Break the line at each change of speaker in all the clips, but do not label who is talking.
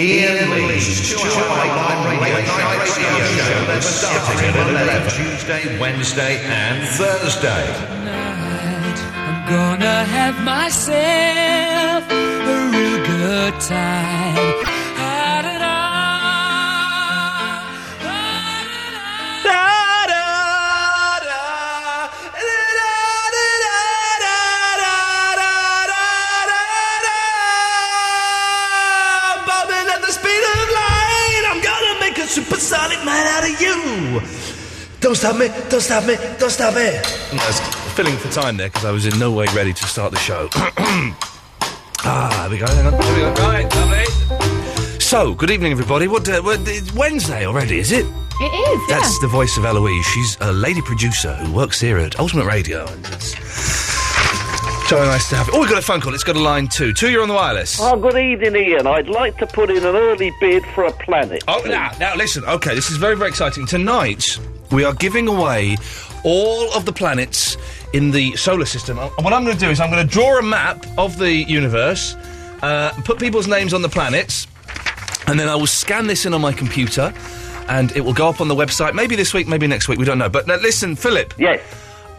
Ian Lee's two-hour long late night radio show that's starting at 11 Tuesday, Wednesday, and Thursday.
tonight. I'm gonna have myself a real good time. Ha-da-da, ha-da-da.
Bobbing at the speed of light, I'm gonna make a supersonic man out of you. Don't stop me, don't stop me, don't stop me.
I was filling for time there because I was in no way ready to start the show. ah, there we go. Hang on. There we go. Right, lovely. So, good evening, everybody. What? Uh, what it's Wednesday already, is it?
It is.
That's the voice of Eloise. She's a lady producer who works here at Ultimate Radio. And it's so nice to have. Oh, we got a phone call. It's got a line two. Two, you're on the wireless.
Oh, good evening, Ian. I'd like to put in an early bid for a planet.
Oh, now, now listen. Okay, this is very, very exciting. Tonight, we are giving away all of the planets in the solar system. Uh, And what I'm going to do is I'm going to draw a map of the universe, uh, put people's names on the planets, and then I will scan this in on my computer, and it will go up on the website. Maybe this week, maybe next week. We don't know. But now, listen, Philip.
Yes.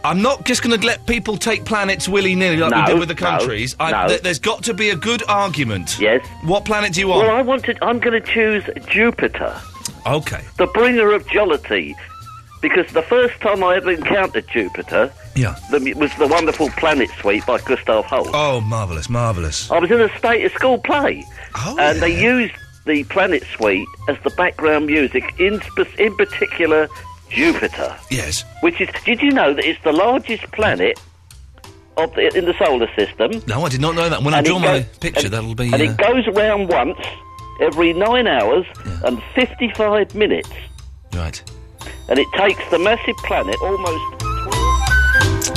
I'm not just going to let people take planets willy nilly like
No,
we did with the
no,
countries. I,
no.
th- there's got to be a good argument.
Yes.
What planet do you want?
Well, I wanted. I'm going to choose Jupiter,
okay.
the bringer of jollity, because the first time I ever encountered Jupiter,
Yeah.
the, it was the wonderful Planet Suite by Gustav Holst.
Oh, marvelous, marvelous.
I was in a state of school play,
Oh,
and
yeah.
they used the Planet Suite as the background music, in spe- in particular Jupiter.
Yes.
which is did you know that it's the largest planet of the, in the solar system
No, I did not know that. When I
And it
draw my
go-
picture,
and-
that'll be.
and
uh,
it goes around once every 9 hours and 55 minutes
right.
and it takes the massive planet almost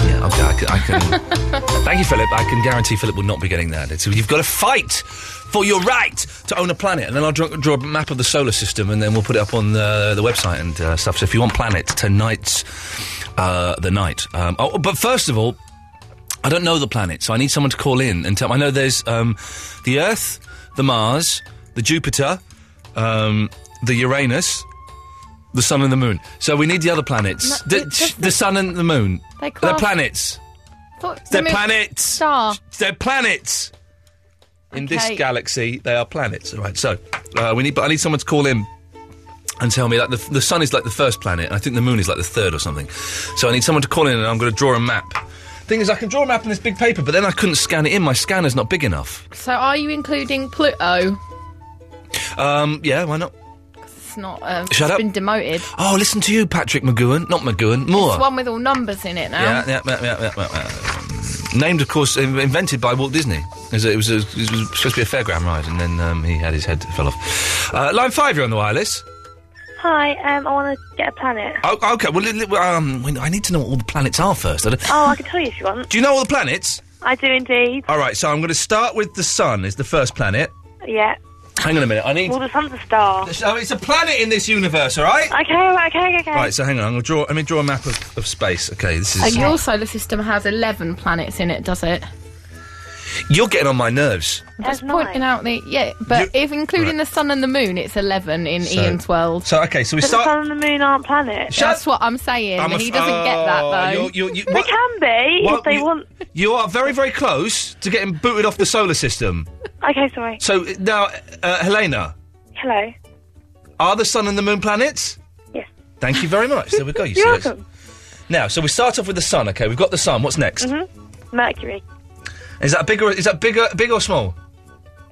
Yeah, okay, I can. I can thank you, Philip. I can guarantee Philip will not be getting that. It's, you've got to fight for your right to own a planet. And then I'll draw, draw a map of the solar system and then we'll put it up on the, the website and uh, stuff. So if you want planet, tonight's uh, the night. Um, oh, but first of all, I don't know the planet, so I need someone to call in and tell I know there's um, the Earth, the Mars, the Jupiter, um, the Uranus, the Sun and the Moon. So we need the other planets.
No,
the,
it's just
the Sun and the Moon.
They
They're
class-
planets.
Thought-
They're
I mean,
planets.
Star.
They're planets. In this
Okay.
galaxy, they are planets. All right. So uh, we need, but I need someone to call in and tell me. Like the, the sun is like the first planet. And I think the moon is like the third or something. So I need someone to call in, and I'm going to draw a map. Thing is, I can draw a map on this big paper, but then I couldn't scan it in. My scanner's not big enough.
So are you including Pluto?
Um, yeah, why not?
It's not. Um,
Shut
it's
up.
Been demoted.
Oh, listen to you, Patrick McGowan. Not McGowan, Moore.
It's one with all numbers in it now.
Yeah, yeah, yeah, yeah, yeah, yeah, yeah. Named, of course, in- invented by Walt Disney. It was, a- it was, a, it was supposed to be a fairground ride, and then um, he had his head fell off. Uh, line five, you're on the wireless.
Hi, um, I want to get a planet.
Oh, okay, well, li- li- um, we- I need to know what all the planets are first. I don't-
Oh, I can tell you if you want.
Do you know all the planets?
I do indeed.
All right, so I'm going to start with the sun. Is the first planet?
Yeah.
Hang on a minute. I need.
Well, the sun's a star.
Oh, it's a planet in this universe. All right.
Okay, right, okay, okay.
Right. So hang on. I'm going to draw. Let me draw a map of, of space. Okay. This is.
And your solar system has eleven planets in it, does it?
You're getting on my nerves.
I'm
That's
just pointing
nice.
out the yeah, but if including the sun and the moon, it's eleven in
So-
Ian's world.
So okay. So we
But the
start.
sun and the moon aren't planets.
Shut-
That's what I'm saying,
I'm
and
a-
he doesn't get that
oh,
though.
you're- you're- you-
They
what-
can be
Well,
if they
you,
want.
you are very, very close to getting booted off the solar system.
Okay, sorry.
So uh, now, uh, Helena,
Hello.
are the sun and the moon planets?
Yes.
Thank you very much. There we go. Oh, You
You're
see,
welcome.
it's- Now, so we start off with the sun. Okay, we've got the sun. What's next?
Mm-hmm. Mercury. Mm-hmm.
Is that bigger? Is that bigger, big or small?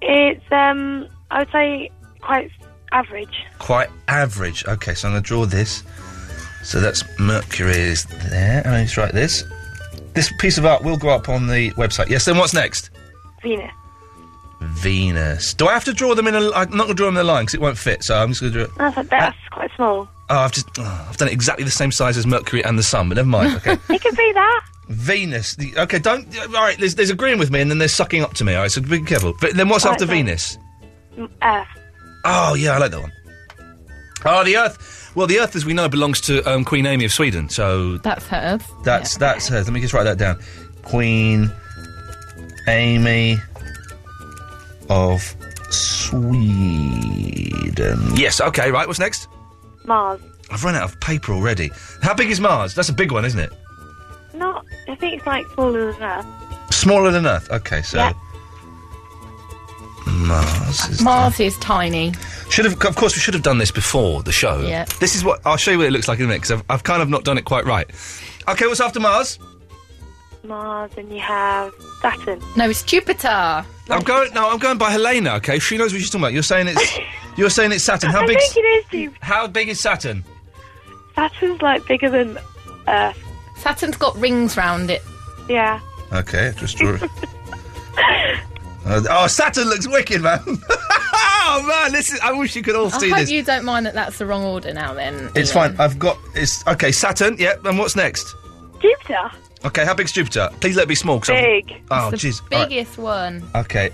It's um, I would say quite average.
Quite average. Okay, so I'm going to draw this. So that's Mercury is there. And I just write this. This piece of art will go up on the website. Yes. Then what's next?
Venus.
Venus. Do I have to draw them in a? I'm not going to draw them in a line because it won't fit. So I'm just going to draw it.
That's, that's quite small.
Oh, I've just oh, I've done it exactly the same size as Mercury and the Sun, but never mind. Okay,
It could be that.
Venus. the- okay, don't. All right, there's, there's agreeing with me, and then they're sucking up to me. All right, so be careful. But then what's
All right,
after
fine.
Venus?
Mm,
Uh,
Earth.
Oh yeah, I like that one. Oh, the Earth. Well, the Earth, as we know, belongs to um, Queen Amy of Sweden. So
That's hers.
that's that's hers. Let me just write that down. Queen Amy of Sweden.
Armageddon.
Yes, okay, right, what's next?
Mars.
I've run out of paper already. How big is Mars? That's a big one, isn't it?
Not. I think it's like smaller than Earth.
Smaller than Earth. Okay, so.
Yeah.
Mars is.
Mars is tiny.
Should have, of course, we should have done this before the show.
Yeah.
This is what I'll show you what it looks like in a minute because I've, I've kind of not done it quite right. Okay, what's after Mars?
Mars, and you have Saturn.
No, it's Jupiter.
I'm going. No, I'm going by Helena. Okay, she knows what she's talking about. You're saying it's. you're saying it's Saturn. How
I
big?
think it is Jupiter.
How big is Saturn?
Saturn's like bigger than Earth.
Saturn's got rings round it.
Yeah.
Okay, just draw it. Uh, oh, Saturn looks wicked, man. oh man, this is. I wish you could all see
I hope
this.
you don't mind that that's the wrong order now. Then
It's
Ian.
fine. I've got. It's okay. Saturn. Yep. And what's next?
Jupiter.
Okay, how big's Jupiter? Please let it be small. 'cause I'm-
Big.
Oh,
the
jeez. All right.
biggest one.
Okay.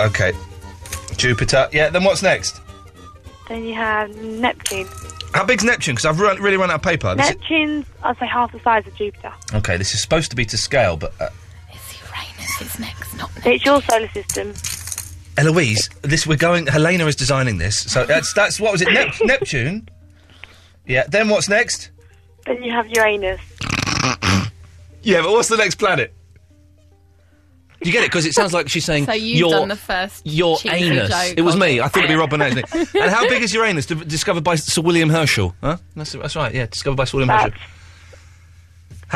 Okay. Jupiter. Yeah, then what's next?
Then you have Neptune.
How big's Neptune? Because I've run, really run out of paper. This is-
Neptune's, I'd say, half the size of Jupiter.
okay, this is supposed to be to scale, but uh,
It's Uranus. It's next, not next.
It's your solar system.
Eloise, this we're going. Helena is designing this, so that's that's what was it? Nep- Neptune. Yeah. Then what's next?
Then you have Uranus.
Yeah, but what's the next planet? You get it because it sounds like she's saying
So you've
your
done the first
your
cheeky
anus.
joke.
It was
Okay.
me. I thought it'd be Robin Anthony. and how big is Uranus? D- discovered by Sir William Herschel. Huh? That's, that's right. Yeah, discovered by Sir William
That's
Herschel.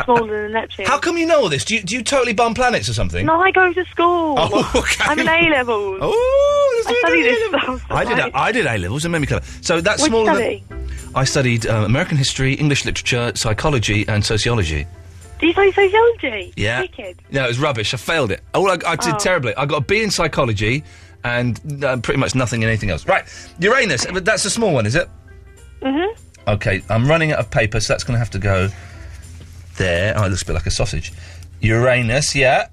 smaller than Neptune.
How come you know all this? Do you, do you totally bum planets or something?
No, I go to school.
Oh, okay.
I'm an A level.
Oh, that's
I
what you
studied
did.
this stuff.
I did. A- I did A levels and made me clever. So that's
What
smaller
study?
than. I studied uh, American history, English literature, psychology, and sociology.
Do you study sociology?
Yeah.
Wicked.
No, it was rubbish. I failed it. All I, I did
Oh.
terribly. I got a B in psychology and uh, pretty much nothing in anything else. Right, Uranus. But that's a small one, is it?
Mm-hmm.
Mhm.
Okay, I'm running out of paper, so that's going to have to go there. Oh, it looks a bit like a sausage. Uranus, yeah.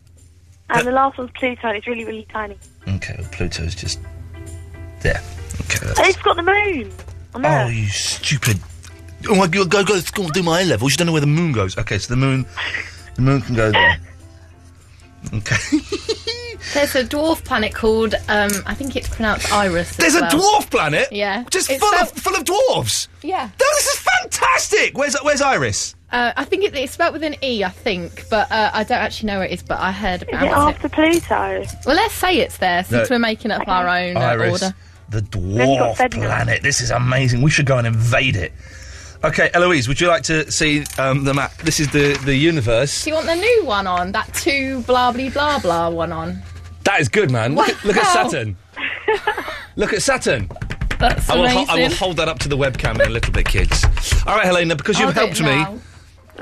And the last one's Pluto, and it's really, really tiny.
Okay, well, Pluto's just there. Okay. That's...
And it's got the moon. On
Oh,
Earth.
you stupid! Oh my god, go go to school, and do my A levels. You don't know where the moon goes. Okay, so the moon, the moon can go there. Okay.
There's a dwarf planet called um, I think it's pronounced Iris. as
There's a
well.
dwarf planet.
Yeah.
Just
It's
full of
spelt-
full of dwarves.
Yeah.
No, this is fantastic. Where's where's Iris?
Uh, I think it, it's spelled with an E, I think, but uh, I don't actually know where it is. But I heard
Is
about
it
it.
after Pluto?
Well, let's say it's there since
No.
we're making up our own uh,
Iris,
order.
the
you've
dwarf
got Sedna.
planet. This is amazing. We should go and invade it. Okay, Eloise, would you like to see um, the map? This is the the universe.
Do you want the new one on? That two blah blah blah blah one on.
That is good, man. Look, at- look at
Wow.
Saturn. look at Saturn.
That's
I will,
amazing.
ho- I will hold that up to the webcam in a little bit, kids. All right, Helena, because you've
I'll do it
helped me.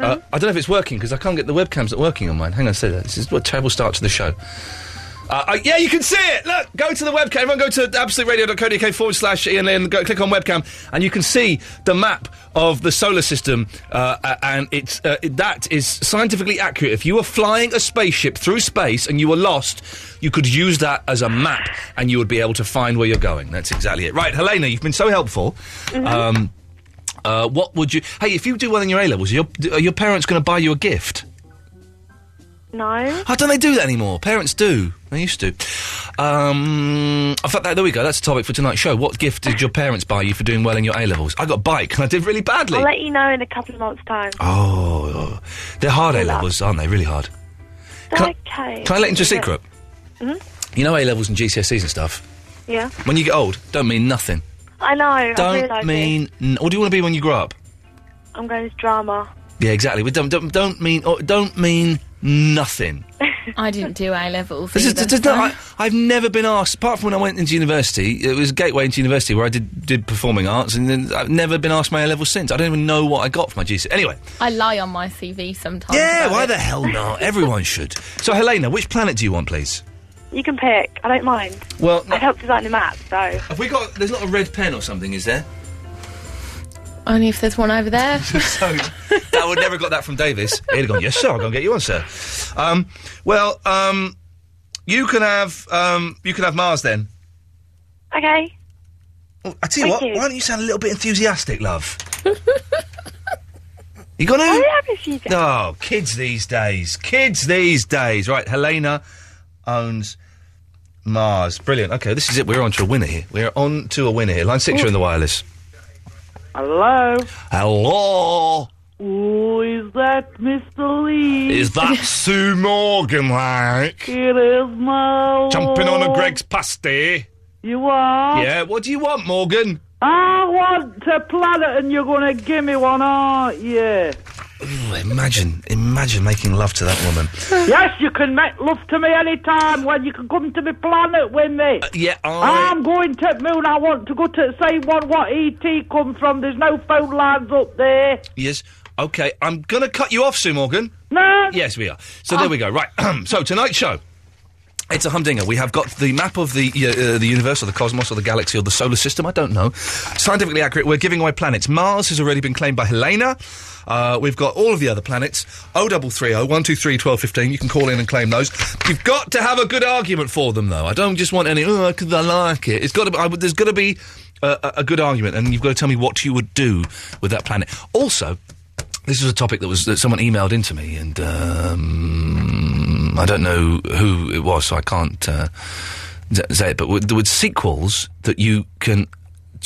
now.
Uh, I don't know if it's working because I can't get the webcam's not working on mine. Hang on, say that. This is what a terrible start to the show. Uh, I, yeah, you can see it. Look, go to the webcam. Everyone, go to absoluteradio.co.uk forward slash Ian Lynn. Go, click on webcam, and you can see the map of the solar system. Uh, a- and it's uh, it- that is scientifically accurate. If you were flying a spaceship through space and you were lost, you could use that as a map, and you would be able to find where you're going. That's exactly it. Right, Helena, you've been so helpful. Um, uh, what would you? Hey, if you do well in your A levels, are your, are your parents going to buy you a gift?
No.
How don't they do that anymore? Parents do. They used to. Um, in fact, that, there we go. That's the topic for tonight's show. What gift did your parents buy you for doing well in your A levels? I got bike and I did really badly.
I'll let you know in a couple of months' time.
oh, they're hard A levels, aren't they? Really hard. Can
okay.
I, can I let you into a
Yeah.
secret? You know A levels and GCSEs and stuff.
Yeah.
When you get old, don't mean nothing.
I know. I
Don't
realise it.
mean. N- what do you want to be when you grow up?
I'm going to drama.
Yeah, exactly. We don't don't, don't mean oh, don't mean nothing.
I didn't do A levels.
This is,
either,
this is
so-
not- I, have never been asked, apart from when I went into university, it was Gateway into university where I did, did performing arts, and then I've never been asked my A level since. I don't even know what I got for my GCSE. Anyway,
I lie on my CV sometimes.
yeah,
about
why
it.
the hell not? Everyone should. So, Helena, which planet do you want, please?
You can pick. I don't mind.
Well,
I helped design the map, so.
have we got? There's not a red pen or something, is there?
Only if there's one over there.
So that would never got that from Davis. He'd have gone, yes, sir, I'll go and get you one, sir. Um, well, um, you can have um, you can have Mars then.
Okay.
Well, I tell you
Thank
what,
you.
why don't you sound a little bit enthusiastic, love? you gonna?
I have a few days.
Oh, kids these days. Kids these days. Right, Helena owns Mars. Brilliant. Okay, this is it. We're on to a winner here. We're on to a winner here. Line six, you're in the wireless.
Hello.
Hello.
Oh, is that Mr. Lee?
Is that Sue Morgan like?
It is my.
Jumping
Oh.
on a
lord.
Greg's pasty.
You are.
Yeah, what do you want, Morgan?
I want a planet, and you're gonna give me one, aren't you?
Ooh, imagine, imagine making love to that woman.
yes, you can make love to me anytime. When you can come to me planet with me.
yeah, Uh, I-
I'm going to the moon. I want to go to the same one what ET come from. There's no phone lines up there.
Yes. Okay, I'm going to cut you off, Sue Morgan.
No.
Yes, we are. So there we go. Right. so tonight's show. It's a humdinger. We have got the map of the uh, uh, the universe, or the cosmos, or the galaxy, or the solar system. I don't know. Scientifically accurate. We're giving away planets. Mars has already been claimed by Helena. Uh, we've got all of the other planets. O double three O one two three twelve fifteen. You can call in and claim those. You've got to have a good argument for them, though. I don't just want any. Oh, 'cause I like it. It's got to. Be, I would- there's got to be uh, a, a good argument, and you've got to tell me what you would do with that planet. Also, this was a topic that was that someone emailed into me, and um, I don't know who it was, so I can't uh, z- say it. But with, with sequels that you can.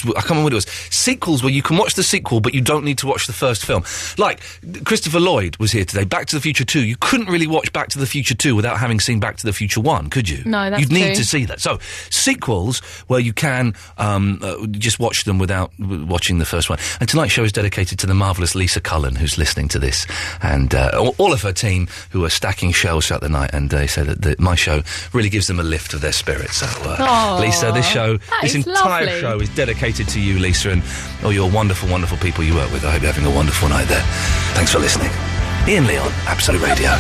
I can't remember what it was. Sequels where you can watch the sequel, but you don't need to watch the first film. Like Christopher Lloyd was here today. Back to the Future Two. You couldn't really watch Back to the Future Two without having seen Back to the Future One, could you?
No, that's
you'd need
true.
to see that. So sequels where you can um, uh, just watch them without w- watching the first one. And tonight's show is dedicated to the marvelous Lisa Cullen, who's listening to this, and uh, all- all of her team who are stacking shells throughout the night. And they say that, that my show really gives them a lift of their spirits. So, uh,
Aw,
Lisa, this show,
that
this
is
entire
lovely.
show is dedicated to you, Lisa, and all your wonderful, wonderful people you work with. I hope you're having a wonderful night there. Thanks for listening. Ian Leon, Absolute Radio.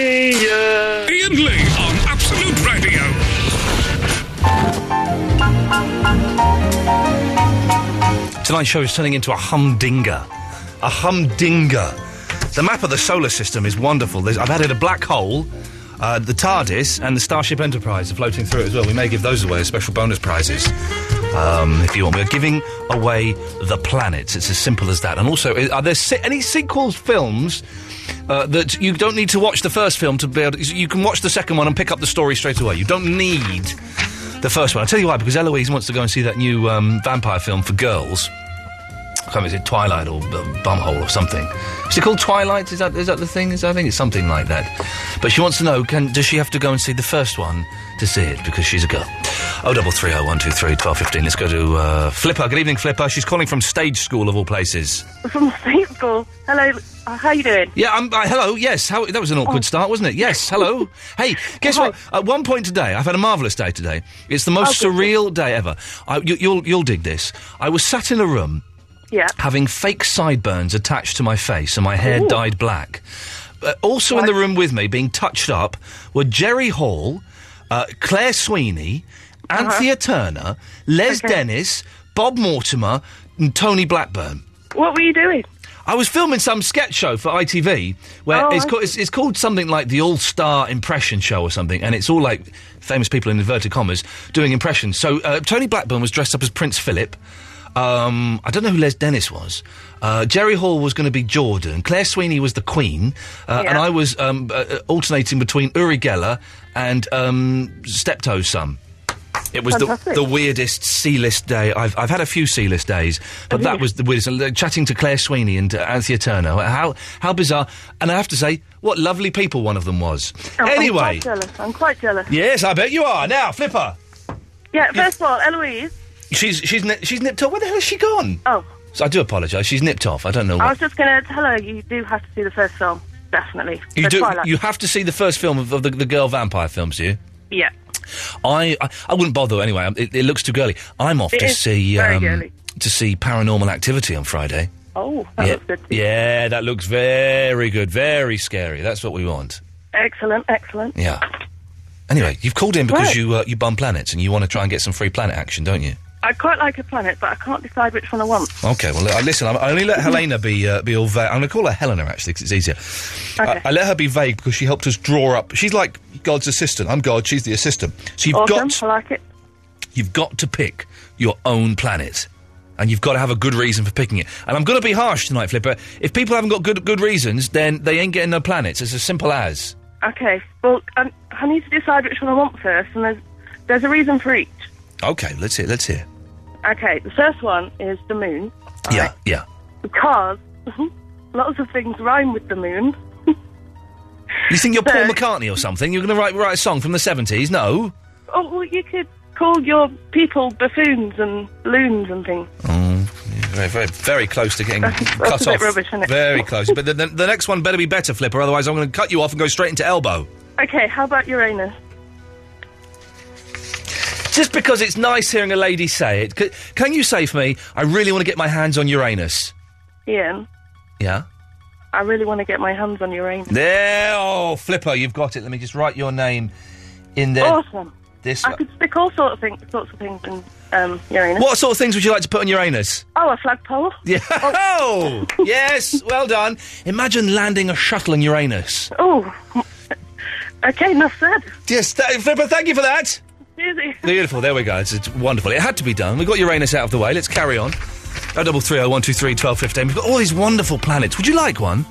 Ian Lee on Absolute Radio.
Tonight's show is turning into a humdinger. A humdinger. The map of the solar system is wonderful. There's, I've added a black hole, uh, the TARDIS, and the Starship Enterprise are floating through it as well. We may give those away as special bonus prizes. Um, if you want, we're giving away the planets. It's as simple as that. And also, i- are there se- any sequels films uh, that you don't need to watch the first film to be able? To, you can watch the second one and pick up the story straight away. You don't need the first one. I'll tell you why. Because Eloise wants to go and see that new um, vampire film for girls. I can't remember, is it Twilight or B- Bumhole or something? Is it called Twilight? Is that, is that the thing? Is, I think it's something like that. But she wants to know, can, does she have to go and see the first one to see it? Because she's a girl. Oh, 0330 123 1215. Let's go to uh, Flipper. Good evening, Flipper. She's calling from stage school, of all places.
From Seattle. Hello. uh, How you doing?
Yeah, um, uh, hello, yes. How, that was an awkward start, wasn't it? Yes, hello. hey, guess what? At one point today, I've had a marvellous day today. It's the most surreal day ever. I, you, you'll, you'll dig this. I was sat in a room
Yeah.
having fake sideburns attached to my face and my hair dyed black. Uh, also in the room with me, being touched up, were Jerry Hall, uh, Claire Sweeney,
Uh-huh.
Anthea Turner, Les Dennis, Bob Mortimer, and Tony Blackburn.
What were you doing?
I was filming some sketch show for ITV where
Oh,
it's,
I
called, it's, it's called something like the All Star Impression Show or something, and it's all like famous people in inverted commas doing impressions. So uh, Tony Blackburn was dressed up as Prince Philip. Um, I don't know who Les Dennis was. Uh, Jerry Hall was going to be Jordan. Claire Sweeney was the Queen, uh, and I was um, uh, uh, alternating between Uri Geller and um, Steptoe's son. It was the,
Fantastic.
the weirdest C-list day. I've, I've had a few C-list days, but that was the weirdest. And, uh, Chatting to Claire Sweeney and uh, Anthea Turner. How, how bizarre. And I have to say, what lovely people one of them was.
Oh, I'm- I'm
anyway.
quite jealous. I'm quite jealous.
Yes, I bet you are. Now, Flipper.
Yeah, first of all, Eloise,
She's, she's, ni- she's nipped off. Where the hell has she gone?
Oh.
So I do apologise. She's nipped off. I don't
I
know Oh, what.
was just going to tell her you do have to see the first film. Definitely. Oh,
You
the
do.
Twilight.
You have to see the first film of, of the, the girl vampire films, do you?
Yeah.
I, I I wouldn't bother anyway. Um, It, it looks too girly. I'm off
It
to
is
see
very
um,
girly.
to see Paranormal Activity on Friday.
Oh, that
yeah.
looks good.
yeah, that looks very good, very scary. That's what we want.
Excellent, excellent.
Yeah. Anyway, you've called in because
Right.
you uh, you bum planets and you want to try and get some free planet action, don't you?
I quite like a planet, but I can't decide which one I want.
Okay, well, uh, listen, I'm, I only let Helena be uh, be all vague. I'm going to call her Helena, actually, because it's easier. Uh,
Okay.
I, I let her be vague because she helped us draw up. She's like God's assistant. I'm God, she's the assistant. So you've
awesome.
got
I like it.
you've got to pick your own planet. and you've got to have a good reason for picking it. And I'm going to be harsh tonight, Flipper. If people haven't got good good reasons, then they ain't getting no planets. It's as simple as.
Okay, well, I, I need to decide which one I want first, and there's, there's a reason for each.
Okay, let's hear. Let's hear.
Okay, the first one is the moon,
yeah, yeah.
because lots of things rhyme with the moon.
You think you're Paul McCartney or something? You're going to write write a song from the 70s? No.
Oh, well, you could call your people buffoons and loons and things.
Mm. Very, very, very close to getting
That's- that's
cut
a bit
off.
rubbish, isn't it?
Very close. But the, the, the next one better be better, Flipper. Otherwise, I'm going to cut you off and go straight into elbow.
Okay, how about Uranus?
Just because it's nice hearing a lady say it. C- can you say for me? I really want to get my hands on Uranus.
Ian,
Yeah.
I really want to get my hands on Uranus.
There. Oh, Flipper, you've got it. Let me just write your name in there.
Awesome.
This.
Oh, I could stick all sorts of things, sorts of things in um, Uranus.
What sort of things would you like to put on Uranus?
Oh, a flagpole.
Yeah. Oh. yes. Well done. Imagine landing a shuttle in Uranus.
Oh. Okay, enough said.
Yes, th- Flipper. Thank you for that.
Easy.
Beautiful. There we go. It's, it's wonderful. It had to be done. We got Uranus out of the way. Let's carry on. Oh, double three oh one two three twelve fifteen. We've got all these wonderful planets. Would you like one?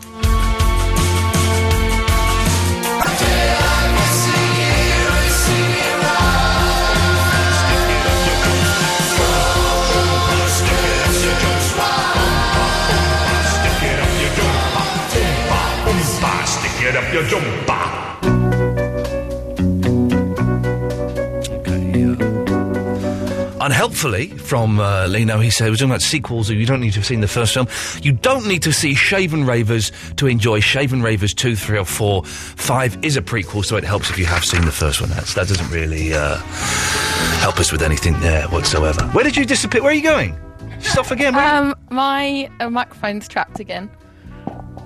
Stick it up your jumper.
Unhelpfully, from uh, Lino, he said, we're talking about sequels, you don't need to have seen the first film. You don't need to see Shaven Ravers to enjoy Shaven Ravers 2, 3, or 4. 5 is a prequel, so it helps if you have seen the first one. That's, that doesn't really uh, help us with anything there whatsoever. Where did you disappear? Where are you going? Just off again,
Um, my uh, microphone's trapped again.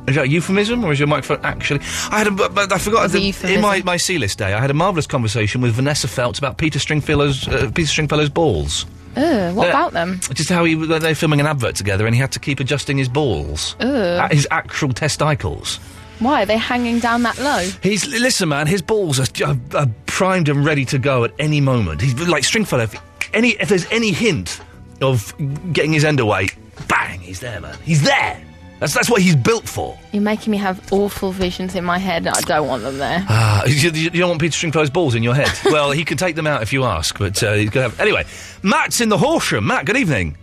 Is that a euphemism or is your microphone actually? I had a, but, but I forgot
It's a
the,
euphemism.
in my my C list day. I had a marvelous conversation with Vanessa Feltz about Peter Stringfellow's uh, Peter Stringfellow's balls.
Ugh, what
Yeah.
about them?
Just how he they're filming an advert together and he had to keep adjusting his balls,
Ugh.
Uh, his actual testicles.
Why are they hanging down that low?
He's listen, man. His balls are, ju- are primed and ready to go at any moment. He's like Stringfellow. If any if there's any hint of getting his end away, bang, he's there, man. He's there. That's that's what he's built for.
You're making me have awful visions in my head. and I don't want them there.
Ah, you, you don't want Peter Stringfellow's balls in your head. well, he can take them out if you ask, but uh, he's gonna have. Anyway, Matt's in the Horsham. Matt, good evening.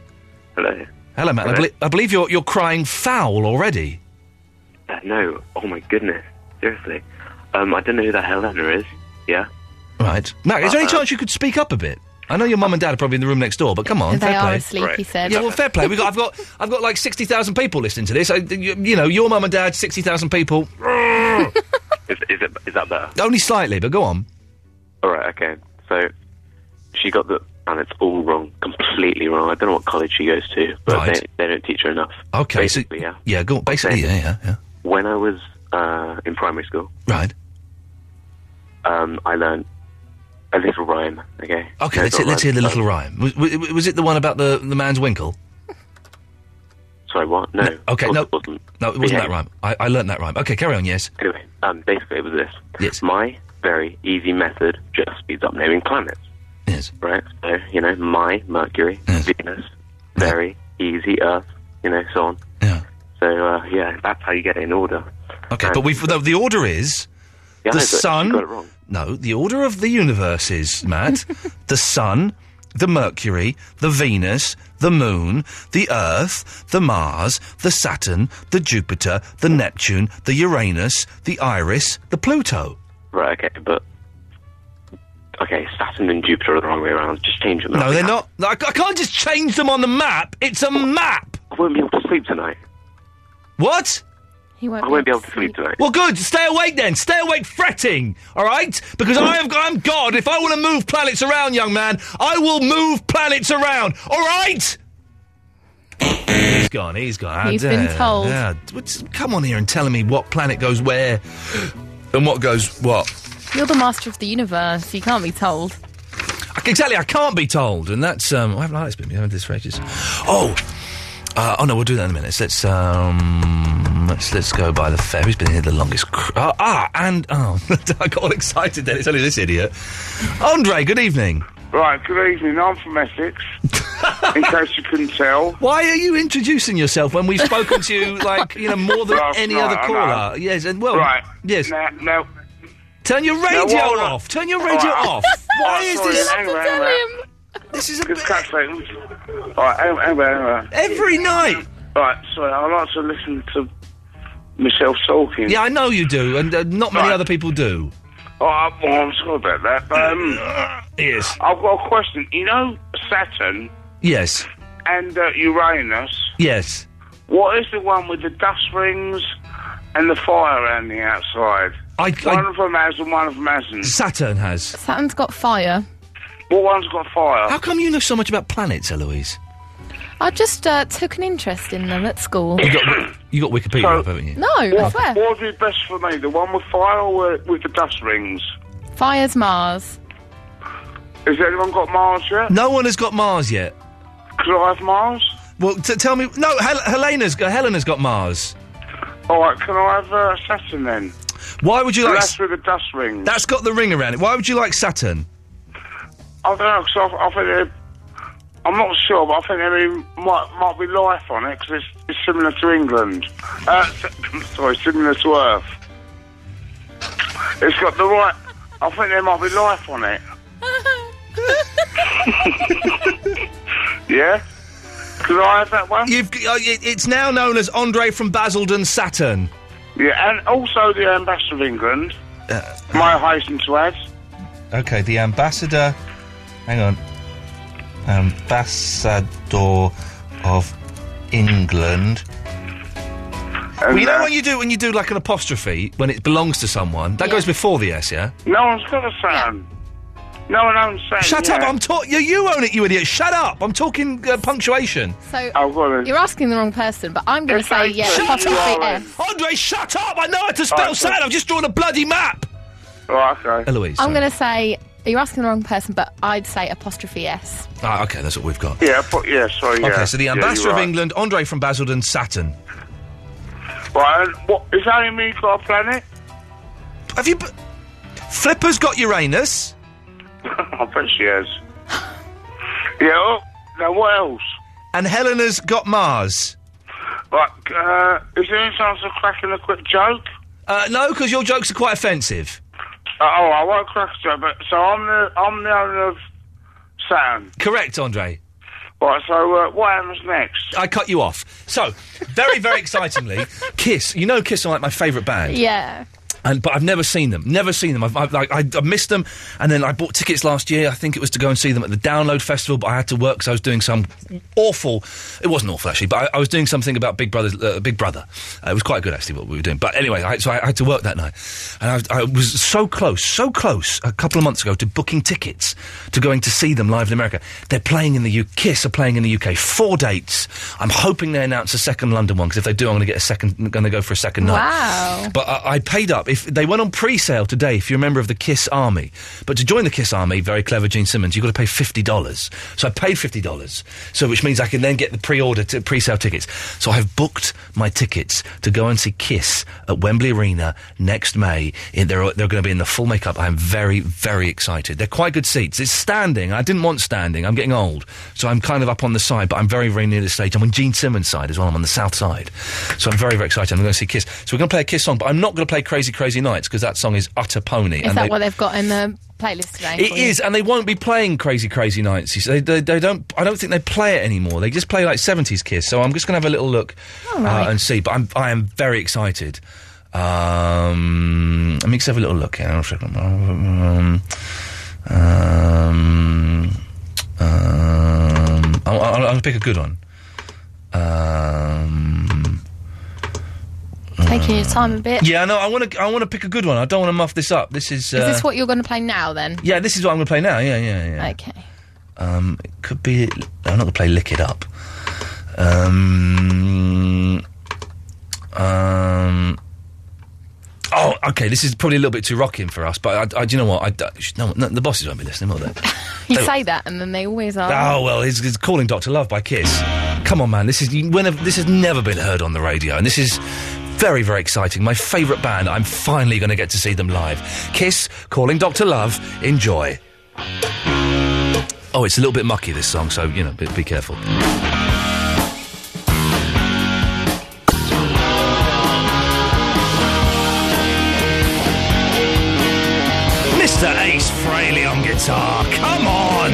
Hello.
Hello, Matt. I,
Hello.
belie- I believe you're you're crying foul already.
Uh, no. Oh my goodness. Seriously. Um, I don't know who that Helena is. Yeah.
Right, Matt. Is there any
Uh-uh.
chance you could speak up a bit? I know your mum and dad are probably in the room next door, but come on,
They
fair
are
play.
asleep, he Right. said.
Yeah, well, fair play. We got, I've got, I've got like sixty thousand people listening to this. I, you, you know, your mum and dad, sixty thousand people.
Is, is it? Is that better?
Only slightly, but go on.
All right. Okay. So she got the and it's all wrong, completely wrong. I don't know what college she goes to, but
Right.
they, they don't teach her enough.
Okay, so-
Basically, yeah.
Yeah, go on. Basically, yeah, yeah, yeah.
When I was uh, in primary school,
Right.
um, I learned a little rhyme. Okay.
Okay, let's, hear- let's hear the little rhyme. Was, was, was it the one about the the man's winkle?
Sorry, what? No.
Okay,
Of
no,
course it wasn't.
no, it wasn't
Yeah.
that rhyme. I, I learnt that rhyme. Okay, carry on. Yes.
Anyway, um, basically it was this. Yes. My very easy method just speeds up naming planets.
Yes.
Right? So, you know, my Mercury, Venus, very easy Earth, you know, so on.
Yeah.
So, uh, yeah, that's how you get it in order.
Okay, but we've the, the order is
Yeah, I
the
know, but you
sun.
got it wrong.
No, the order of the universe is Matt, the sun, the Mercury, the Venus, the Moon, the Earth, the Mars, the Saturn, the Jupiter, the Neptune, the Uranus, the Iris, the Pluto.
Right, okay, but. Okay, Saturn and Jupiter are the wrong way around. Just change them.
No, they're not. I, I can't just change them on the map. It's a map.
I won't be able to sleep tonight.
What?
He won't.
I won't be able to sleep tonight.
Well, good. Stay awake then. Stay awake, fretting. All right? Because I have, I'm God. If I want to move planets around, young man, I will move planets around. All right? He's gone. He's gone. How
He's been
dare-
told.
yeah. What's- Come on here and telling me what planet goes where, and what goes what.
You're the master of the universe. You can't be told.
Exactly, I can't be told, and that's um. I haven't liked this bit. We haven't had this for ages. Oh, uh, oh no, we'll do that in a minute. So Let's um, let's let's go by the fair. Who's been here the longest? Cr- ah, ah, and oh, I got all excited. Then it's only this idiot, Andre. Good evening.
Right, good evening. I'm from Essex. In case you couldn't tell.
Why are you introducing yourself when we've spoken to you, like, you know, more than
Last
any
night,
other
I know.
caller? Yes, and well,
Right.
yes.
Now, now,
Turn your
Now,
radio
what-
off. Turn your radio
Alright.
off. Why is
sorry,
this?
hang on, hang on.
This is a
Just can't say. All right, hang on, hang on, hang on.
Every night.
All right, sorry, I like to listen to myself talking.
Yeah, I know you do, and uh, not many
Right.
other people do.
Oh, I- oh, I'm sorry about that. But, um,
Uh, yes.
I've got a question. You know Saturn
Yes,
and uh, Uranus.
yes.
What is the one with the dust rings and the fire around the outside?
I,
one of them has and one of them hasn't.
Saturn has.
Saturn's got fire.
What one's got fire?
How come you know so much about planets, Eloise?
I just uh, took an interest in them at school.
You got, you got Wikipedia up, haven't you?
No, I
what,
swear.
What would be best for me? The one with fire or uh, with the dust rings?
Fire's Mars.
Has anyone got Mars yet?
No one has got Mars yet.
Could I have Mars?
Well, t- tell me. No, Hel- Helena's got, Helena's got Mars.
All right, can I have uh, Saturn then?
Why Oh, would you like?
That's with the dust rings.
That's got the ring around it. Why would you like Saturn?
I don't know, 'cause I, I think they're- I'm not sure, but I think there might, might be life on it, because it's, it's similar to England. Uh, s- sorry, similar to Earth. It's got the right... I think there might be life on it. yeah? Could I have that one?
You've, uh, it- it's now known as Andre from Basildon Saturn.
Yeah, and also the Ambassador of England, may I hasten to add.
Uh, Okay, the ambassador. Hang on. Ambassador of England. well, you
uh,
know what you do when you do like an apostrophe when it belongs to someone? That goes before the S, yeah?
No one's got a sound. No one owns sound.
Shut up! I'm talking. You, you own it, you idiot! Shut up! I'm talking uh, punctuation.
So
Oh,
I've got
you're asking the wrong person, but I'm going to
Oh,
say yes. Apostrophe S.
Andre, shut up! I know how to
All
spell
right,
Saturn. I've just drawn a bloody map.
Right, okay.
Eloise.
I'm
sorry.
going to say you're asking the wrong person, but I'd say apostrophe S.
Ah, okay, that's what we've got.
Yeah, but, yeah, sorry, yeah.
Okay, so the
Yeah,
ambassador
you're
of
right.
England, Andre from Basildon, Saturn.
Right, and what, is that in me got a planet?
Have you... B- Flipper's got Uranus.
I bet she has. yeah, oh, now what else?
And Helena's got Mars.
Right, uh, is there any chance of cracking a quick joke?
Uh, no, because your jokes are quite offensive.
Uh, oh, I won't crack a joke, but, so I'm the, I'm the owner of sound.
Correct, Andre.
Right, so uh, what happens next?
I cut you off. So, very, very excitingly, Kiss. You know Kiss are like my favourite band.
Yeah.
And, but I've never seen them. Never seen them. I've, I've like I, I missed them, and then I bought tickets last year. I think it was to go and see them at the Download Festival, but I had to work because I was doing some awful. It wasn't awful actually, but I, I was doing something about Big Brother. Uh, Big Brother. Uh, it was quite good actually what we were doing. But anyway, I, so I, I had to work that night, and I, I was so close, so close a couple of months ago to booking tickets to going to see them live in America. They're playing in the UK. Kiss are playing in the UK. Four dates. I'm hoping they announce a second London one because if they do, I'm going to get a second. Going to go for a second night.
Wow.
But I, I paid up. If they went on pre-sale today, if you're a member of the Kiss Army, but to join the Kiss Army, very clever Gene Simmons, you've got to pay fifty dollars. So I paid fifty dollars. So which means I can then get the pre-order t- pre-sale tickets. So I've booked my tickets to go and see Kiss at Wembley Arena next May. In, they're they're going to be in the full makeup. I'm very very excited. They're quite good seats. It's standing. I didn't want standing. I'm getting old, so I'm kind of up on the side, but I'm very very near the stage. I'm on Gene Simmons' side as well. I'm on the south side, so I'm very very excited. I'm going to see Kiss. So we're going to play a Kiss song, but I'm not going to play Crazy Crazy Nights because that song is utter pony.
Is that what they've got in the playlist today?
It
for you?
is, and they won't be playing Crazy Crazy Nights. You see. They, they, they don't. I don't think they play it anymore. They just play like seventies Kiss. So I'm just going to have a little look
All right.
uh, and see. But I'm I am very excited. Um, let me just have a little look here. Um, um, um, I'll, I'll, I'll pick a good one. Um, uh,
Taking your time a bit.
yeah, no, I want to. I want to pick a good one. I don't want to muff this up. This is. Uh,
Is this what you're going to play now then?
yeah, this is what I'm going to play now. Yeah, yeah, yeah.
Okay.
Um, it could be. I'm not gonna play "Lick It Up." Um, um, oh, okay. This is probably a little bit too rocking for us, but I, I, do you know what? I, d- sh- no, no, the bosses won't be listening, will they?
You
They-
say that and then they always are.
Oh well, he's, he's calling Doctor Love by Kiss. Come on, man. This is you- when have- this has never been heard on the radio, and this is. Very, very exciting. My favourite band. I'm finally going to get to see them live. Kiss, calling Dr. Love. Enjoy. Oh, it's a little bit mucky, this song, so, you know, be, be careful. Mr. Ace Frehley on guitar, come on!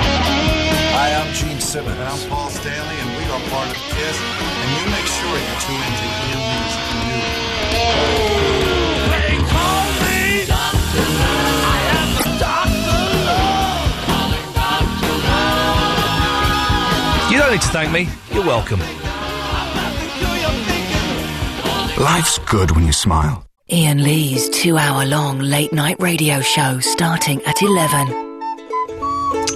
Hi, I'm Gene Simmons. And I'm Paul Stanley, and we are part of KISS. And you make sure you tune into Ian Lee's new. They call me Dr. Love. I am Dr. Love.
You don't need to thank me, you're welcome.
Life's good when you smile.
Ian Lee's two hour long late night radio show starting at 11.
And,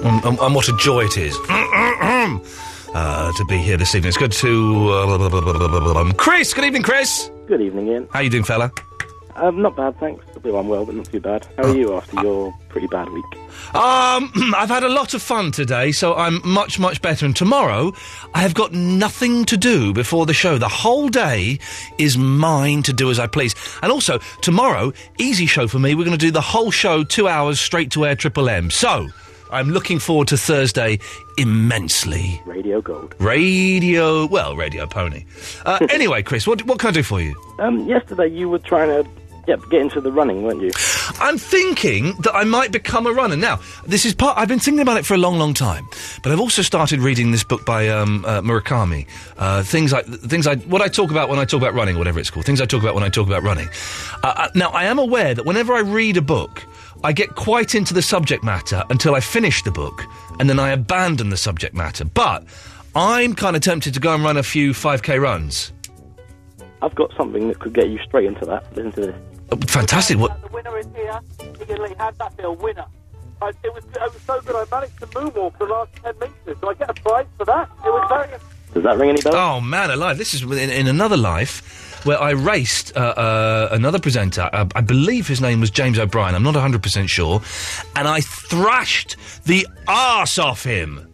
Um, and- and what a joy it is uh, to be here this evening. It's good to. Uh, blah, blah, blah, blah, blah, blah, blah. Chris, good evening, Chris.
Good evening, Ian.
How you doing, fella?
Um, not bad, thanks. A bit unwell, but not too bad. How
Oh.
are you after your pretty bad week?
Um, I've had a lot of fun today, so I'm much, much better. And tomorrow, I have got nothing to do before the show. The whole day is mine to do as I please. And also, tomorrow, easy show for me. We're going to do the whole show, two hours straight to air, Triple M. So, I'm looking forward to Thursday immensely.
Radio Gold.
Radio, well, Radio Pony. Uh, anyway, Chris, what, what can I do for you?
Um, yesterday you were trying to yeah, get into the running, weren't you?
I'm thinking that I might become a runner. Now, this is part. I've been thinking about it for a long, long time, but I've also started reading this book by um, uh, Murakami. Uh, things like things I what I talk about when I talk about running, whatever it's called. Things I talk about when I talk about running. Uh, Uh, now, I am aware that whenever I read a book, I get quite into the subject matter until I finish the book, and then I abandon the subject matter. But I'm kind of tempted to go and run a few 5k runs.
I've got something that could get you straight into that. Listen to this.
Oh, fantastic! What?
The winner is here. Ian Lee had that bill winner. I, it, was, it was so good. I managed to moonwalk the last 10 metres. Do I get a prize for that? It was very.
Does that ring any bells?
Oh man, alive! This is in, in another life where I raced uh, uh, another presenter. I, I believe his name was James O'Brien. I'm not 100 percent sure, and I thrashed the arse off him.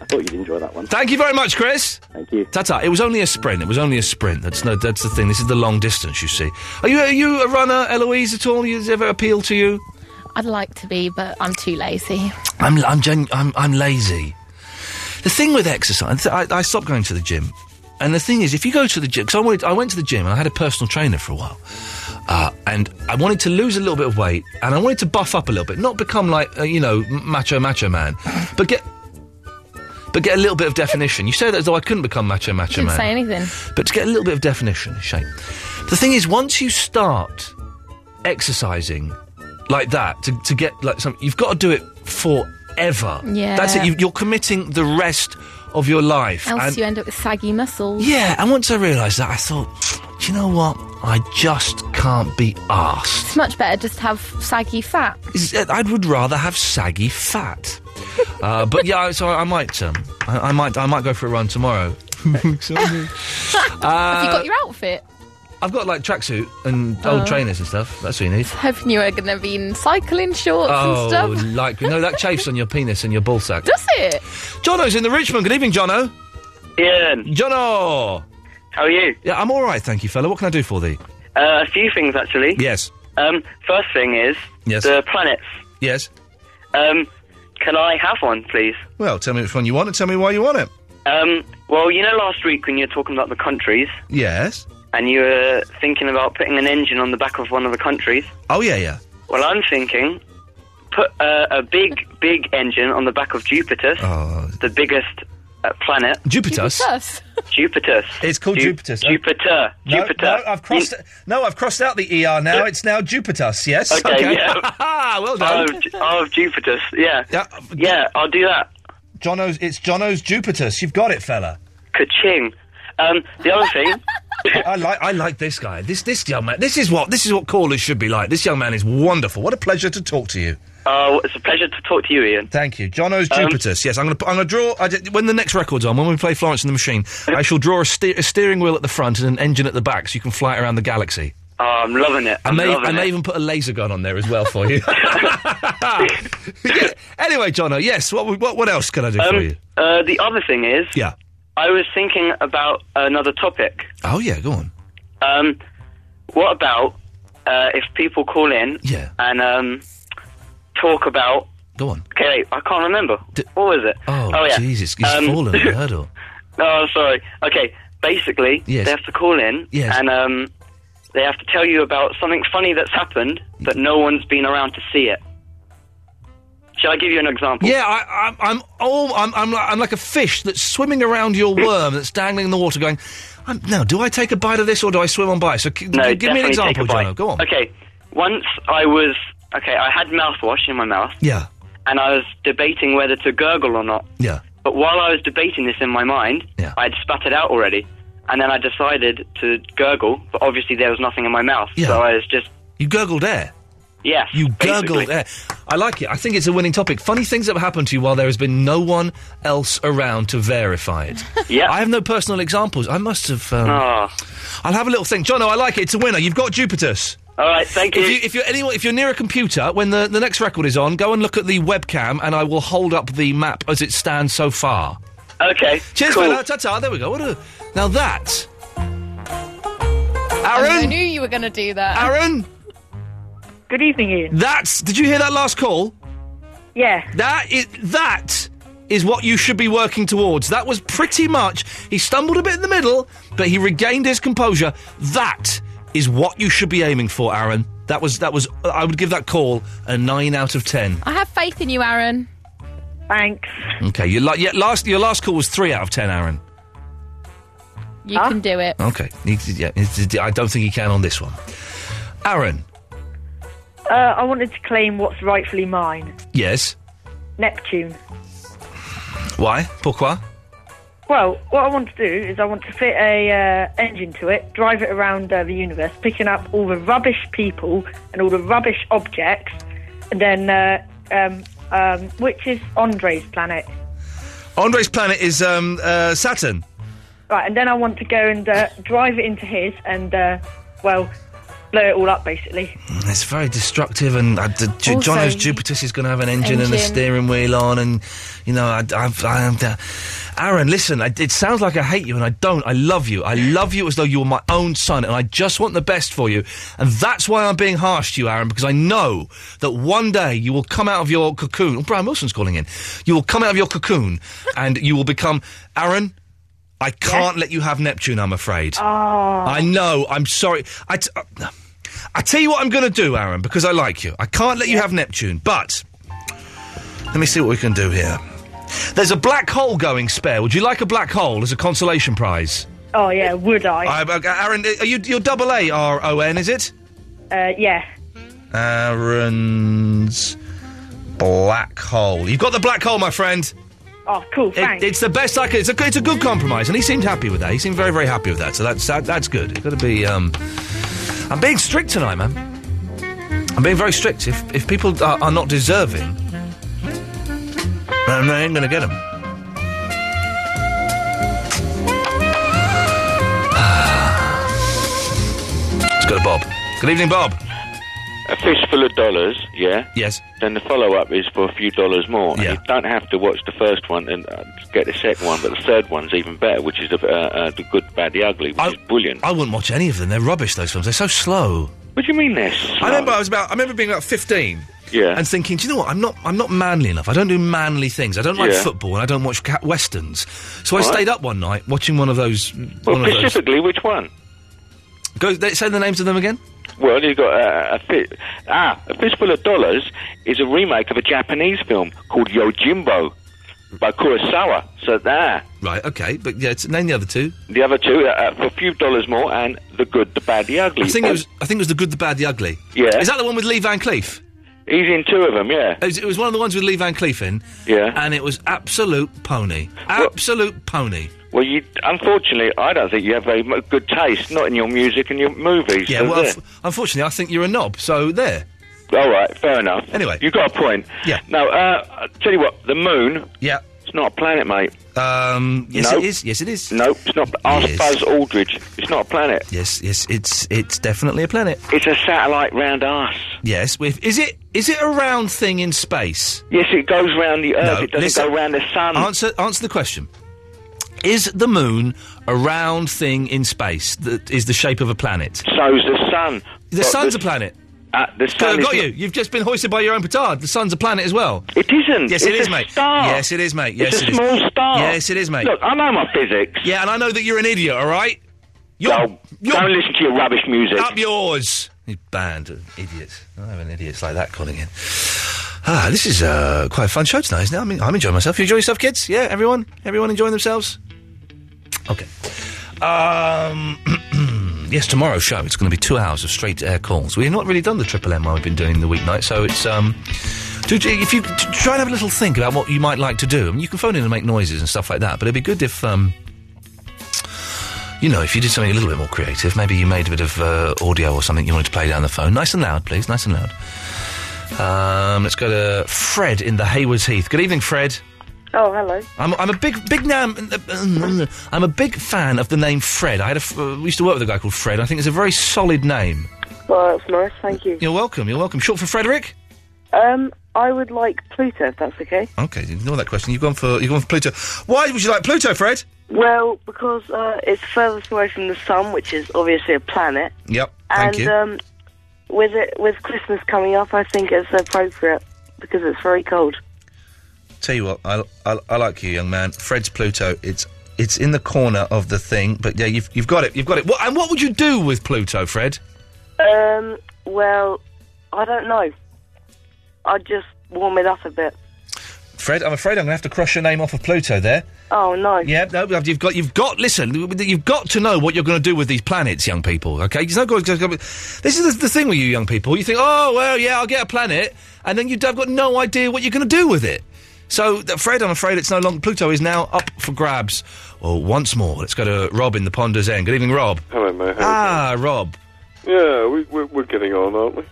I thought you'd enjoy that one.
Thank you very much, Chris.
Thank you.
Ta-ta. It was only a sprint. It was only a sprint. That's no. That's the thing. This is the long distance. You see. Are you are you a runner, Eloise? At all? Has ever appealed to you?
I'd like to be, but I'm too lazy.
I'm I'm gen- I'm, I'm lazy. The thing with exercise, I, I stopped going to the gym, and the thing is, if you go to the gym, because I, went- I went to the gym and I had a personal trainer for a while, uh, and I wanted to lose a little bit of weight and I wanted to buff up a little bit, not become like uh, you know m- macho macho man, but get but get a little bit of definition. You say that as though I couldn't become macho macho
Didn't
man
say anything.
but to get a little bit of definition, shape. The thing is, once you start exercising like that, to, to get like something, you've got to do it forever.
Yeah.
That's it. You, you're committing the rest of your life.
Else
And-
you end up with saggy muscles.
yeah, and once I realised that, I thought, do you know what? I just can't be arsed.
It's much better just to have saggy fat.
Is- uh, I would rather have saggy fat. uh, but yeah, so I might, um, I, I might, I might go for a run tomorrow.
have you
Uh,
got your outfit?
I've got like tracksuit and
Oh.
old trainers and stuff. That's what you need.
Hoping you were going to be in cycling shorts
Oh,
and stuff.
like no, that chafes on your penis and your ball sack.
Does it?
Jono's in the Richmond. Good evening, Jono.
Ian.
Jono.
How are you?
Yeah, I'm all right, thank you, fella. What can I do for thee?
Uh, a few things actually.
Yes.
Um, first thing is
Yes.
the planets.
Yes.
Um, can I have one, please?
Well, tell me which one you want and tell me why you want it.
Um, well, you know, last week when you were talking about the countries
Yes.
and you were thinking about putting an engine on the back of one of the countries.
Oh yeah, yeah.
Well, I'm thinking put uh, a big, big engine on the back of Jupiter, the biggest uh, planet.
Oh. Jupiter.
Jupiter.
It's called Jupiter.
Jupiter.
No,
Jupiter.
no, I've crossed. No, I've crossed out the er now. It's now Jupiter's. Yes.
Okay, yeah.
well done.
Of, of Jupiter, yeah. Yeah,
uh,
I'll do that.
Jono's. It's Jono's Jupiter's. You've got it, fella.
Ka-ching. Um, the other thing.
I like I like this guy. This this young man. This is what this is what callers should be like. This young man is wonderful. What a pleasure to talk to you.
Oh, it's a pleasure to talk to you, Ian.
Thank you. Jono's
Um,
Jupiter's. Yes, I'm going to I'm going to draw I, did- when the next record's on when we play Florence and the Machine. I shall draw a, ste- a steering wheel at the front and an engine at the back so you can fly it around the galaxy.
Oh, I'm loving it.
I
I'm
may,
loving
I may
it.
even put a laser gun on there as well for you. Yeah. Anyway, Jono, yes. What, what what else can I do for
Um,
you?
uh, the other thing is,
Yeah.
I was thinking about another topic.
Oh yeah, go on.
Um, what about uh, if people call in and um, talk about?
Go on.
Okay, wait, I can't remember. what was it?
Oh,
yeah.
Jesus, he's
Um,
fallen the hurdle.
No, I'm sorry. Okay, basically,
Yes.
they have to call in
Yes.
and um, they have to tell you about something funny that's happened, but no one's been around to see it. Shall I give you an example?
Yeah, I, I'm I'm all I'm I'm like, I'm like a fish that's swimming around your
Hmm.
worm that's dangling in the water, going. I'm, now, do I take a bite of this or do I swim on by? So c-
No,
g- give me an
definitely
example,
take a bite.
Jono. Go on.
Okay, once I was okay. I had mouthwash in my mouth,
Yeah.
and I was debating whether to gurgle or not.
Yeah.
But while I was debating this in my mind, I had spat it out already, and then I decided to gurgle. But obviously, there was nothing in my mouth, so I was just
You gurgled air.
yes.
You
basically.
gurgled air. I like it. I think it's a winning topic. Funny things that have happened to you while there has been no one else around to verify it. yeah. I have no personal examples. I must have. Um,
Ah.
I'll have a little think. Jono, I like it. It's a winner. You've got Jupiter's.
All right, thank
you. If, you, if you're anyone, if you're near a computer, when the, the next record is on, go and look at the webcam, and I will hold up the map as it stands so far.
Okay.
Cheers,
cool.
fella. Ta-ta. There we go. What a, now that,
I
Aaron,
knew you were going to do that.
Aaron?
Good evening, Ian.
that's. Did you hear that last call?
Yeah.
That is that is what you should be working towards. That was pretty much. He stumbled a bit in the middle, but he regained his composure. That is what you should be aiming for, Aaron. That was that was. I would give that call a nine out of ten.
I have faith in you, Aaron.
Thanks.
Okay, your la- yeah, last your last call was three out of ten, Aaron.
You can do it.
Okay, He- yeah, he- I don't think he can on this one. Aaron,
Uh, I wanted to claim what's rightfully mine
yes.
Neptune.
Why? Pourquoi?
Well, what I want to do is I want to fit a uh, engine to it, drive it around uh, the universe, picking up all the rubbish people and all the rubbish objects, and then uh, um, um, which is Andre's planet,
Andre's planet is um, uh, Saturn.
right? And then I want to go and uh, drive it into his and uh, well, blow it all up basically.
It's very destructive, and uh, the, Ju-
Also-
Jono's Jupiter's is going to have an engine, and a
Engine.
steering wheel on, and you know, I, I've, I am. the- Aaron, listen, I, it sounds like I hate you, and I don't. I love you. I love you as though you were my own son, and I just want the best for you. And that's why I'm being harsh to you, Aaron, because I know that one day you will come out of your cocoon. Oh, Brian Wilson's calling in. You will come out of your cocoon, and you will become Aaron. I can't let you have Neptune. I'm afraid.
Ah.
Oh.
I know. I'm sorry. I, t- uh, I tell you what I'm going to do, Aaron, because I like you. I can't let you have Neptune, but let me see what we can do here. There's a black hole going spare. Would you like a black hole as a consolation prize?
Oh yeah, would I?
I, I- Aaron, are you you're double A R O N? Is it?
Uh, yeah.
Aaron's black hole. You've got the black hole, my friend.
Oh, cool.
It- it's the best I could. It's a, good- it's a good compromise, and he seemed happy with that. He seemed very, very happy with that. So that's that, that's good. It's got to be. Um, I'm being strict tonight, man. I'm being very strict. If if people are, are not deserving, then they ain't going to get them. Let's go to Bob. Good evening, Bob.
A fish full of dollars, yeah?
Yes.
Then the follow up is for a few dollars more. And you don't have to watch the first one and uh, get the second one, but the third one's even better, which is the, uh, uh, the good, bad, the ugly, which
Oh.
is brilliant.
I wouldn't watch any of them. They're rubbish. Those films. They're so slow.
What do you mean they're
I remember I was about. I remember being about fifteen.
Yeah.
And thinking, do you know what? I'm not. I'm not manly enough. I don't do manly things. I don't like
Yeah.
football, and I don't watch cat westerns. So I
All right.
stayed up one night watching one of those.
Well,
one of those.
specifically, which one?
Go. They, say the names of them again.
Well, you've got uh, a fi Ah, a fistful of dollars is a remake of a Japanese film called Yojimbo by Kurosawa. So there.
Right. Okay. But yeah, it's, name the other two.
The other two uh, uh, for a few dollars more, and the good, the bad, the ugly.
I think it was. I think it was the good, the bad, the ugly.
Yeah.
Is that the one with Lee Van Cleef?
He's in two of them. Yeah.
It was, it was one of the ones with Lee Van Cleef in.
Yeah.
And it was absolute pony. Absolute pony.
Well, you unfortunately, I don't think you have very mu- good taste, not in your music and your movies.
Yeah.
does
Well,
it?
unf- unfortunately, I think you're a knob. So there.
all right, fair enough. Anyway, you got a point.
Yeah.
Now, uh, I tell you what, the moon.
Yeah.
It's not a planet, mate.
Um, yes,
Nope.
it is. Yes, it is.
Nope, it's not. Ask
Yes.
Buzz Aldridge. It's not a planet.
Yes, yes, it's it's definitely a planet.
It's a satellite round us.
Yes, with, is it is it a round thing in space?
Yes, it goes round the Earth. it doesn't go round the sun.
Answer answer the question. Is the moon a round thing in space that is the shape of a planet?
So's the sun.
The
But
sun's
the-
a planet.
Uh, the sun
got
is
you.
not-
You've just been hoisted by your own petard. The sun's a planet as well.
It isn't.
Yes, it
It's
is,
a
mate.
star.
Yes, it is, mate.
It's
Yes,
a
it is.
small star.
Yes, it is, mate.
Look, I know my physics.
Yeah, and I know that you're an idiot. All right. You're, you're
Don't listen to your rubbish music.
Up yours. You banned uh, idiots. I have an idiots like that calling in. Ah, this is uh, quite a fun show tonight, isn't it? I mean, I'm enjoying myself. You enjoy yourself, kids? Yeah, everyone? Everyone enjoying themselves? Okay. Um, yes, tomorrow's show, it's going to be two hours of straight air calls. We've not really done the Triple M while we've been doing the weeknight, so it's. Um, do, do- if you t- try and have a little think about what you might like to do, I mean, you can phone in and make noises and stuff like that, but it'd be good if. Um, you know, if you did something a little bit more creative, maybe you made a bit of uh, audio or something you wanted to play down the phone. Nice and loud, please. Nice and loud. Um, let's go to Fred in the Haywards Heath. Good evening, Fred.
Oh, hello.
I'm, I'm a big, big nam. I'm a big fan of the name Fred. I had a, f- uh, we used to work with a guy called Fred. I think it's a very solid name.
Well, that's nice. Thank you.
You're welcome. You're welcome. Short for Frederick.
Um, I would like Pluto, if that's okay.
Okay, ignore that question. You've gone for you've gone for Pluto. Why would you like Pluto, Fred?
Well, because uh, it's furthest away from the sun, which is obviously a planet.
Yep.
And
Thank you.
um, with it, with Christmas coming up, I think it's appropriate because it's very cold.
Tell you what, I, I, I like you, young man. Fred's Pluto. It's it's in the corner of the thing, but yeah, you've you've got it. You've got it. What, and what would you do with Pluto, Fred?
Um, well, I don't know. I'd just warm it up a bit.
Fred, I'm afraid I'm going to have to cross your name off of Pluto there.
Oh no.
Yeah, no, but you've got, you've got. Listen, you've got to know what you're going to do with these planets, young people. Okay, it's no good. just- This is the, the thing with you, young people. You think, oh well, yeah, I'll get a planet, and then you've got no idea what you're going to do with it. So, th- Fred, I'm afraid it's no longer Pluto is now up for grabs. Well, once more, let's go to Rob in the Ponders End. Good evening, Rob.
Hello, mate.
Ah, Rob.
Yeah, we, we're, we're getting on, aren't we?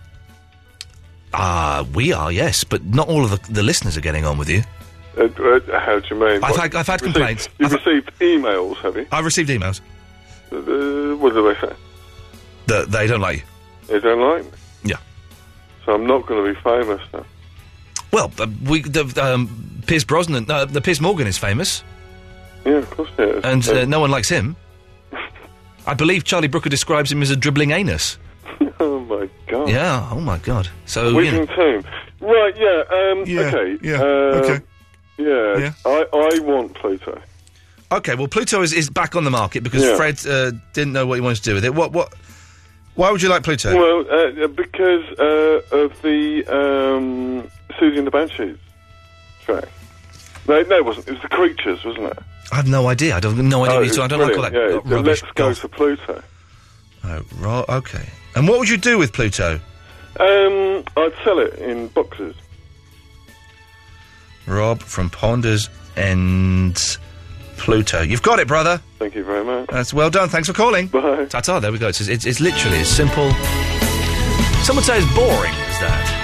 Ah, we are yes, but not all of the, the listeners are getting on with you.
Uh, uh, how do you mean?
I've
What,
had- I've had
you've
complaints.
received- You've received emails, have you?
I've received emails
Uh, what do they say?
that they don't like you.
They don't like me.
Yeah.
So I'm not going to be famous now.
Well, uh, we the um, Piers Brosnan, no, the Piers Morgan is famous.
Yeah, of course it is.
and uh, no one likes him. I believe Charlie Brooker describes him as a dribbling anus.
oh my god.
Yeah. Oh my god. So you know,
Wigan team. Right. Yeah. Um,
Yeah,
okay.
yeah,
um,
okay.
Yeah.
Yeah.
I, I want Pluto.
okay. Well, Pluto is, is back on the market because
Yeah.
Fred uh, didn't know what he wanted to do with it. What? What? Why would you like Pluto?
Well, uh, because uh, of the um, Susie and the Banshees track. No, no, it wasn't. It was the Creatures, wasn't it?
I have no idea. I don't no idea.
Oh,
what he's
it was
doing. I don't like all that
brilliant,
uh,
yeah.
rubbish.
Let's go for Pluto.
Oh, right. Okay. And what would you do with Pluto?
Um, I'd sell it in boxes.
Rob from Ponders and Pluto. You've got it, brother.
Thank you very much.
That's well done. Thanks for calling.
Bye.
Ta-ta. There we go. It's, it's, it's literally as simple. Some would say as boring as that.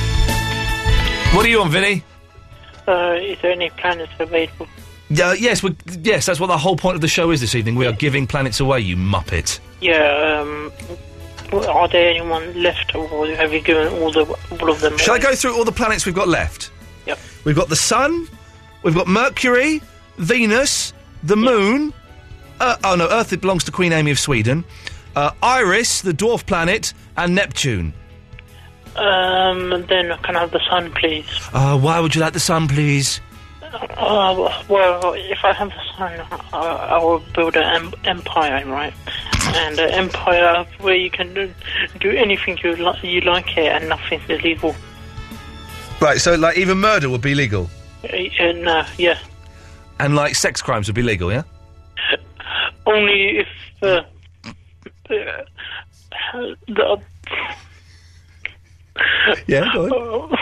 Ah. what are you on, Vinny?
Uh, is there any planets available?
Uh, yes, we yes. That's what the whole point of the show is this evening. We are giving planets away, you muppet.
Yeah. Um, are there anyone left, or have you given all the all of them?
Shall I go through all the planets we've got left?
Yep.
We've got the Sun, we've got Mercury, Venus, the Moon. Uh, oh no, Earth it belongs to Queen Amy of Sweden. Uh, Iris, the dwarf planet, and Neptune.
Um, then can I have the sun, please?
Uh, why would you like the Sun, please?
Uh, well, if I have the sun, I, I will build an em- empire, right? And an empire where you can do, do anything you li- you like here, and nothing's illegal.
Right, so like even murder would be legal,
Uh, uh, no, yeah.
and like sex crimes would be legal, yeah.
Only if uh, uh, the
Yeah. Go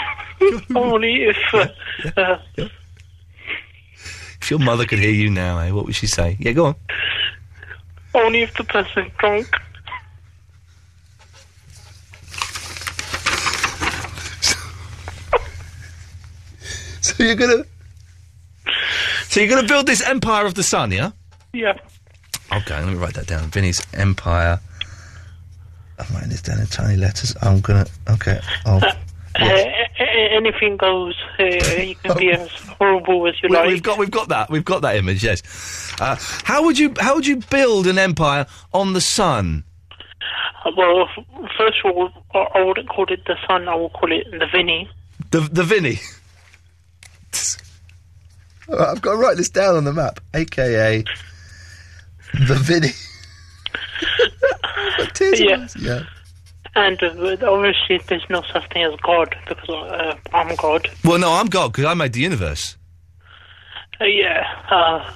only if uh, uh,
If your mother could hear you now, eh, what would she say? Yeah, go on.
only if the person drunk.
So you're gonna. So you're gonna build this empire of the sun, yeah?
Yeah.
Okay, let me write that down. Vinny's empire. I'm writing this down in tiny letters. I'm gonna. Okay. I'll,
Uh, a- a- anything goes. Uh, you can be as horrible as you
we,
like.
have got we've got that we've got that image. Yes. Uh, how would you how would you build an empire on the sun?
Well, f- first of all, I I wouldn't call it the sun. I would call it the Vinny.
The the Vinny. Alright, I've got to write this down on the map, aka the Vinny.
yeah.
yeah.
And uh, obviously, there's no such thing as God because uh, I'm God.
Well, no, I'm God because I made the universe.
Uh, yeah. Uh,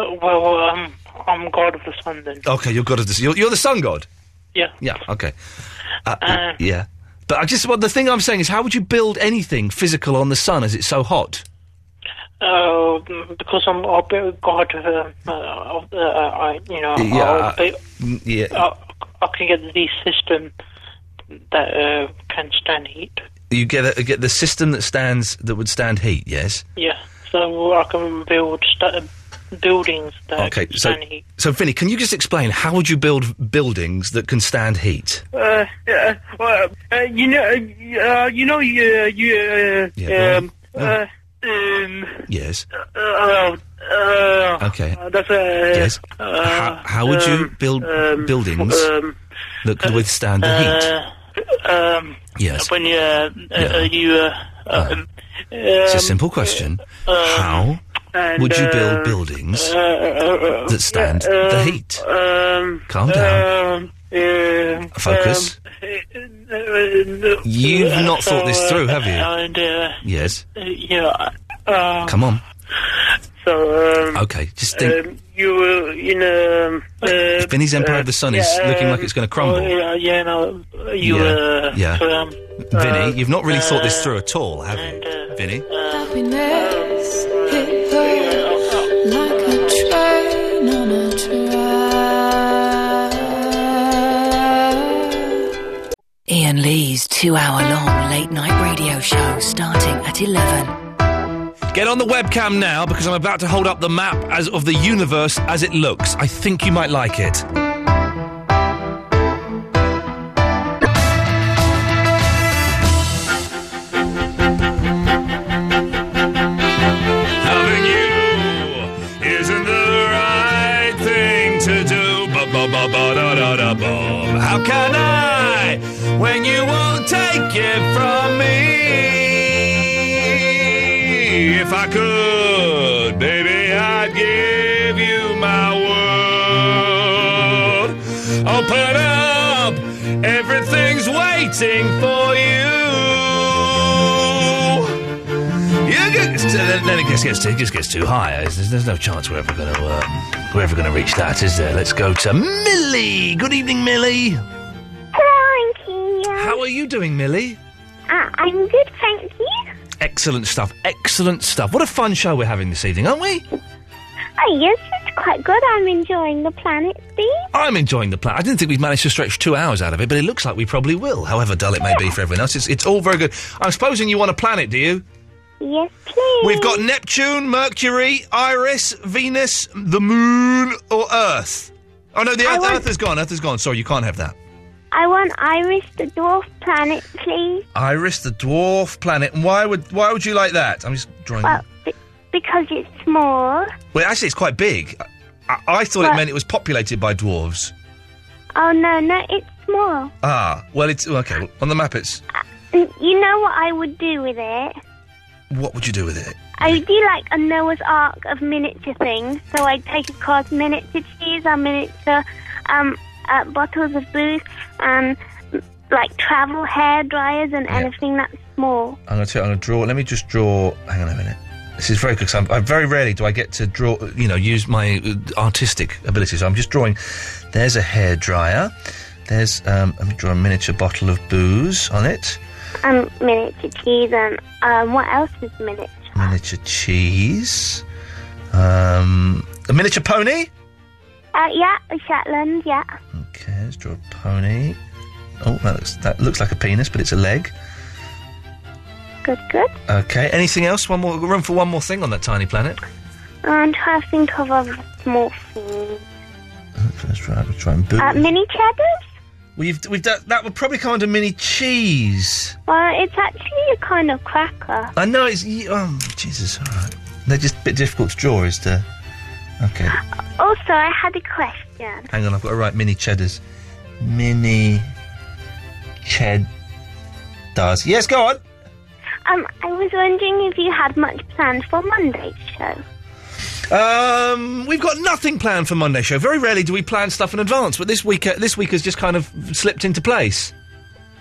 uh, well, um, I'm God of the sun then.
Okay, you're God of the you're, you're the sun god.
Yeah.
Yeah. Okay. Uh,
Uh,
yeah. But I just well, the thing I'm saying is, how would you build anything physical on the sun as it's so hot?
Uh, because I'm I'll be God. Uh, uh, uh, I, you know,
Yeah,
I'll
I-
be,
Mm, Yeah.
Oh.
I, I can get the system that uh, can stand heat.
You get a, get the system that stands that would stand heat. Yes.
Yeah, so I can build st- buildings that
okay.
can
So
stand heat.
so Finny, can you just explain how would you build buildings that can stand heat?
Uh, uh, well, uh, you know, uh, you know, you, you, uh,
Yeah,
um, uh, um,
Yes.
uh, uh,
Oh. Okay.
uh, that's a
Yes.
Uh,
how, how would you
um,
build
um,
buildings
um,
that could withstand the heat?
Uh, um,
Yes. Ah.
When you, uh, uh, you, uh, um,
It's a
um,
simple question.
uh,
how
and,
would you
uh,
build buildings
uh, uh, uh,
that stand
uh,
the
um,
heat?
Um,
Calm down.
um, uh,
Focus.
um, uh, uh,
You've
uh,
not thought this
so,
through, have you?
uh, And, uh,
yes.
uh, yeah. Uh,
Come on.
So, um,
Okay. Just think.
um, you were in um, uh,
Vinny's Empire of the Sun is looking like it's gonna crumble.
oh, yeah, yeah, no, you
Yeah,
were.
yeah.
Um,
Vinny, you've not really thought this through at all, have you? Vinny?
Happiness hit her like a train on a track.
Ian Lee's two hour long late night radio show starting at 11.
Get on the webcam now because I'm about to hold up the map as of the universe as it looks. I think you might like it.
Loving you isn't the right thing to do. Ba ba ba ba da da da ba.
How can I when you won't take it from
me? If I could, baby, I'd give you my word. Open up, everything's waiting for you.
You get, so then then it gets, gets, it just gets too high. There's, there's no chance we're ever going to um, we're ever going to reach that, is there? Let's go to Millie. Good evening, Millie.
Hello, Auntie.
How are you doing, Millie?
Uh, I'm good, thank you.
Excellent stuff. Excellent stuff. What a fun show we're having this evening, aren't we?
Oh, yes, it's quite good. I'm enjoying the planet, Steve.
I'm enjoying the plan. I didn't think we'd manage to stretch two hours out of it, but it looks like we probably will. However dull it may be for everyone else, it's, it's all very good. I'm supposing you want a planet, do you?
Yes, please.
We've got Neptune, Mercury, Iris, Venus, the Moon, or Earth. Oh no, the
I
Earth,
want-
Earth is gone. Earth is gone. Sorry, you can't have that.
I want Iris the dwarf planet, please.
Iris, the dwarf planet. And why would why would you like that? I'm just drawing.
Well, be- because it's small.
Well, actually, it's quite big. I, I thought it
Well-
meant it was populated by dwarves.
Oh, no, no, it's small.
Ah, well, it's okay. well, On the map, it's
Mm, You know what I would do with it?
what would you do with it?
I would do like a Noah's Ark of miniature things. So I'd take, of course, miniature cheese and miniature um, uh, bottles of booze and like travel hair dryers and anything that's small.
I'm going to. I'm going to draw. Let me just draw. Hang on a minute. This is very good. 'cause I'm, I very rarely do I get to draw. You know, use my uh, artistic abilities. I'm just drawing. There's a hair dryer. There's. Um, let me draw a miniature bottle of booze on it.
Um, miniature cheese and um, what else is miniature?
Miniature cheese. Um, a miniature pony.
Uh, yeah, Shetland, yeah.
Okay, let's draw a pony. Oh, that looks that looks like a penis, but it's a leg.
Good, good.
Okay. Anything else? One more room for one more thing on that tiny planet.
And I think of other small things.
First try, we'll try and boot.
Uh, mini cheddars?
we've we've done, that would probably come under mini cheese.
Well, it's actually a kind of cracker.
I know it's ye- oh Jesus, all right. They're just a bit difficult to draw, is to. Okay,
Also, I had a question.
hang on, I've got to write mini cheddars, mini cheddars. Yes, go on.
Um, I was wondering if you had much planned for Monday's show.
Um, we've got nothing planned for Monday show. Very rarely do we plan stuff in advance, but this week uh, this week has just kind of slipped into place.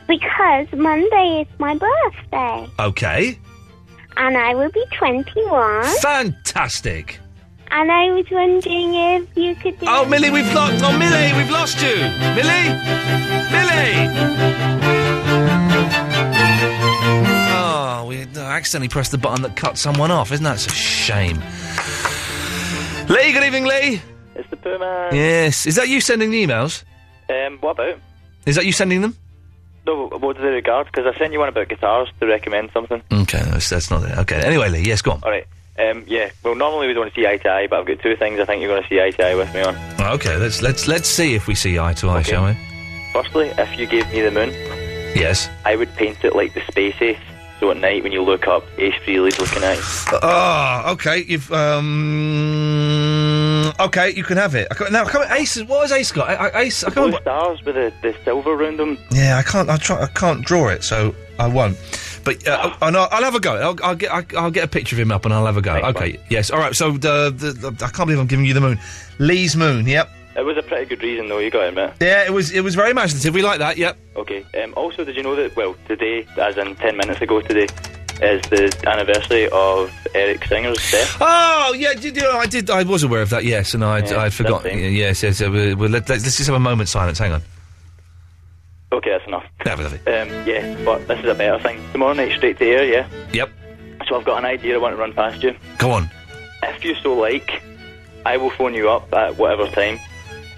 Because Monday is my birthday,
Okay,
and I will be 21.
fantastic.
And I was wondering if you could do.
Oh, Millie, we've lost. Oh, Millie, we've lost you. Millie, Millie. Oh, we uh, accidentally pressed the button that cut someone off. Isn't that it's a shame? Lee, good evening, Lee.
It's the Pooh Man.
Yes, is that you sending the emails?
Um, what about?
Is that you sending them?
No, what do they regard? Because I sent you one about guitars to recommend something.
Okay, that's, that's not it. Okay, anyway, Lee, yes, go on.
All right. Um, yeah. Well, normally we don't see eye to eye, but I've got two things I think you're going to see eye to eye with me on.
Well, Oh, Okay, let's let's let's see if we see eye to eye, shall we?
Firstly, if you gave me the moon,
Yes.
I would paint it like the space ace. So at night when you look up, Ace Frehley's looking at you.
Ah, okay. You've um. Okay, you can have it. I can't, now, I can't, Ace. is- What has Ace got? I, I, Ace. I
Blue
can't.
stars with the, the silver round them.
Yeah, I can't. I try. I can't draw it, so I won't. But uh, I, I'll, I'll have a go. I'll, I'll get. I'll, I'll get a picture of him up, and I'll have a go. okay. Yes. All right. So the, the, the I can't believe I'm giving you the moon. Lee's moon. Yep.
It was a pretty good reason though. You got it, mate.
Yeah. It was. It was very imaginative. We like that. Yep.
Okay. Um, also, did you know that? Well, today, as in ten minutes ago today, is the anniversary of Eric Singer's death.
Oh yeah, did you I did. I was aware of that. Yes, and I'd,
Yeah,
I'd forgotten.
lovely.
Yes, yes. Uh, we we'll, let, let's, let's just have a moment silence. Hang on.
Okay, that's enough.
Never love it.
Um, yeah, but this is a better thing. Tomorrow night, straight to air, yeah?
Yep.
So I've got an idea I want to run past you.
Go on.
If you so like, I will phone you up at whatever time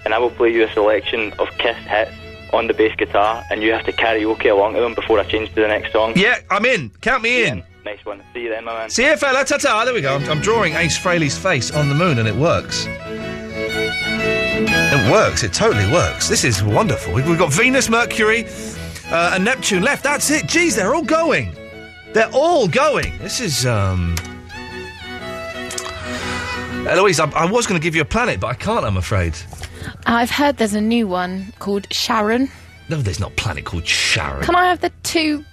and I will play you a selection of Kiss hits on the bass guitar and you have to karaoke along to them before I change to the next song.
Yeah, I'm in. Count me in.
Nice one. See you then, my man.
See you, fella. Ta ta. There we go. I'm, I'm drawing Ace Frehley's face on the moon, and it works. It works. It totally works. This is wonderful. We've got Venus, Mercury, uh, and Neptune left. That's it. Geez, they're all going. They're all going. This is um. Eloise, I, I was going to give you a planet, but I can't. I'm afraid.
I've heard there's a new one called Sharon.
No, there's not a planet called Sharon.
Can I have the two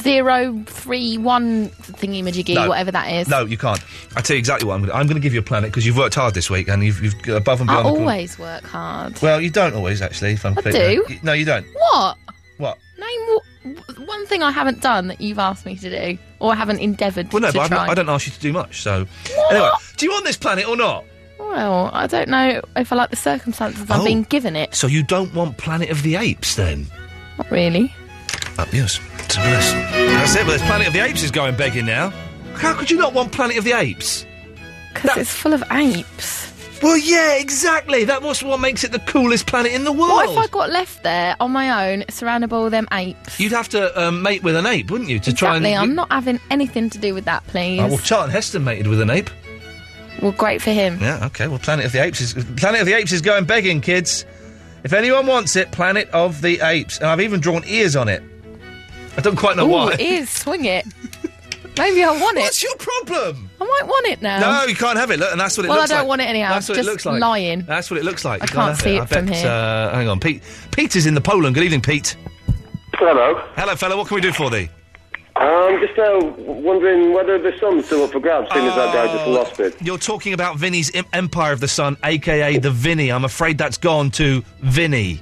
zero three one thingy majiggy,
No.
whatever that is?
No, you can't. I tell you exactly what I'm going. to... I'm going to give you a planet because you've worked hard this week and you've, you've above and
I
beyond. the call-
always work hard.
Well, you don't always actually. If I'm
I
clear.
do.
You- No, you don't.
What?
What?
Name w- w- one thing I haven't done that you've asked me to do, or haven't endeavoured
Well, no,
to
but I've
try.
not, I don't ask you to do much. So anyway, do you want this planet or not?
Well, I don't know if I like the circumstances I'm
Oh.
being given it.
So you don't want Planet of the Apes then?
Not really.
Uh, yes. So That's, that's it. But this Planet of the Apes is going begging now. How could you not want Planet of the Apes?
Because it's full of apes.
Well, yeah, exactly. That was what makes it the coolest planet in the world.
What if I got left there on my own, surrounded by all them apes?
You'd have to um, mate with an ape, wouldn't you, to try and?
Exactly. I'm not having anything to do with that, please.
Oh, well, Charlton Heston mated with an ape.
well, great for him.
Yeah, okay. Well, Planet of the Apes is Planet of the Apes is going begging, kids. If anyone wants it, Planet of the Apes, and I've even drawn ears on it. I don't quite know
Ooh,
why.
it is. Swing it. Maybe I want it. What's
your problem?
I might want it now.
No, you can't have it. Look, and that's what it
Well, I
looks like.
don't want it anyhow.
That's what
Just
it looks like.
lying.
That's what it looks like.
I
You
can't
have
see
I
it from
bet,
here.
Uh, hang on, Pete. Peter's in the Poland. Good evening, Pete.
Hello.
Hello, fella. What can we do for thee?
Um, just uh, wondering whether the sum's still up for grabs, seeing as that guy just
Uh.
lost it.
You're talking about Vinny's Im- Empire of the Sun, aka the Vinny. I'm afraid that's gone to Vinny.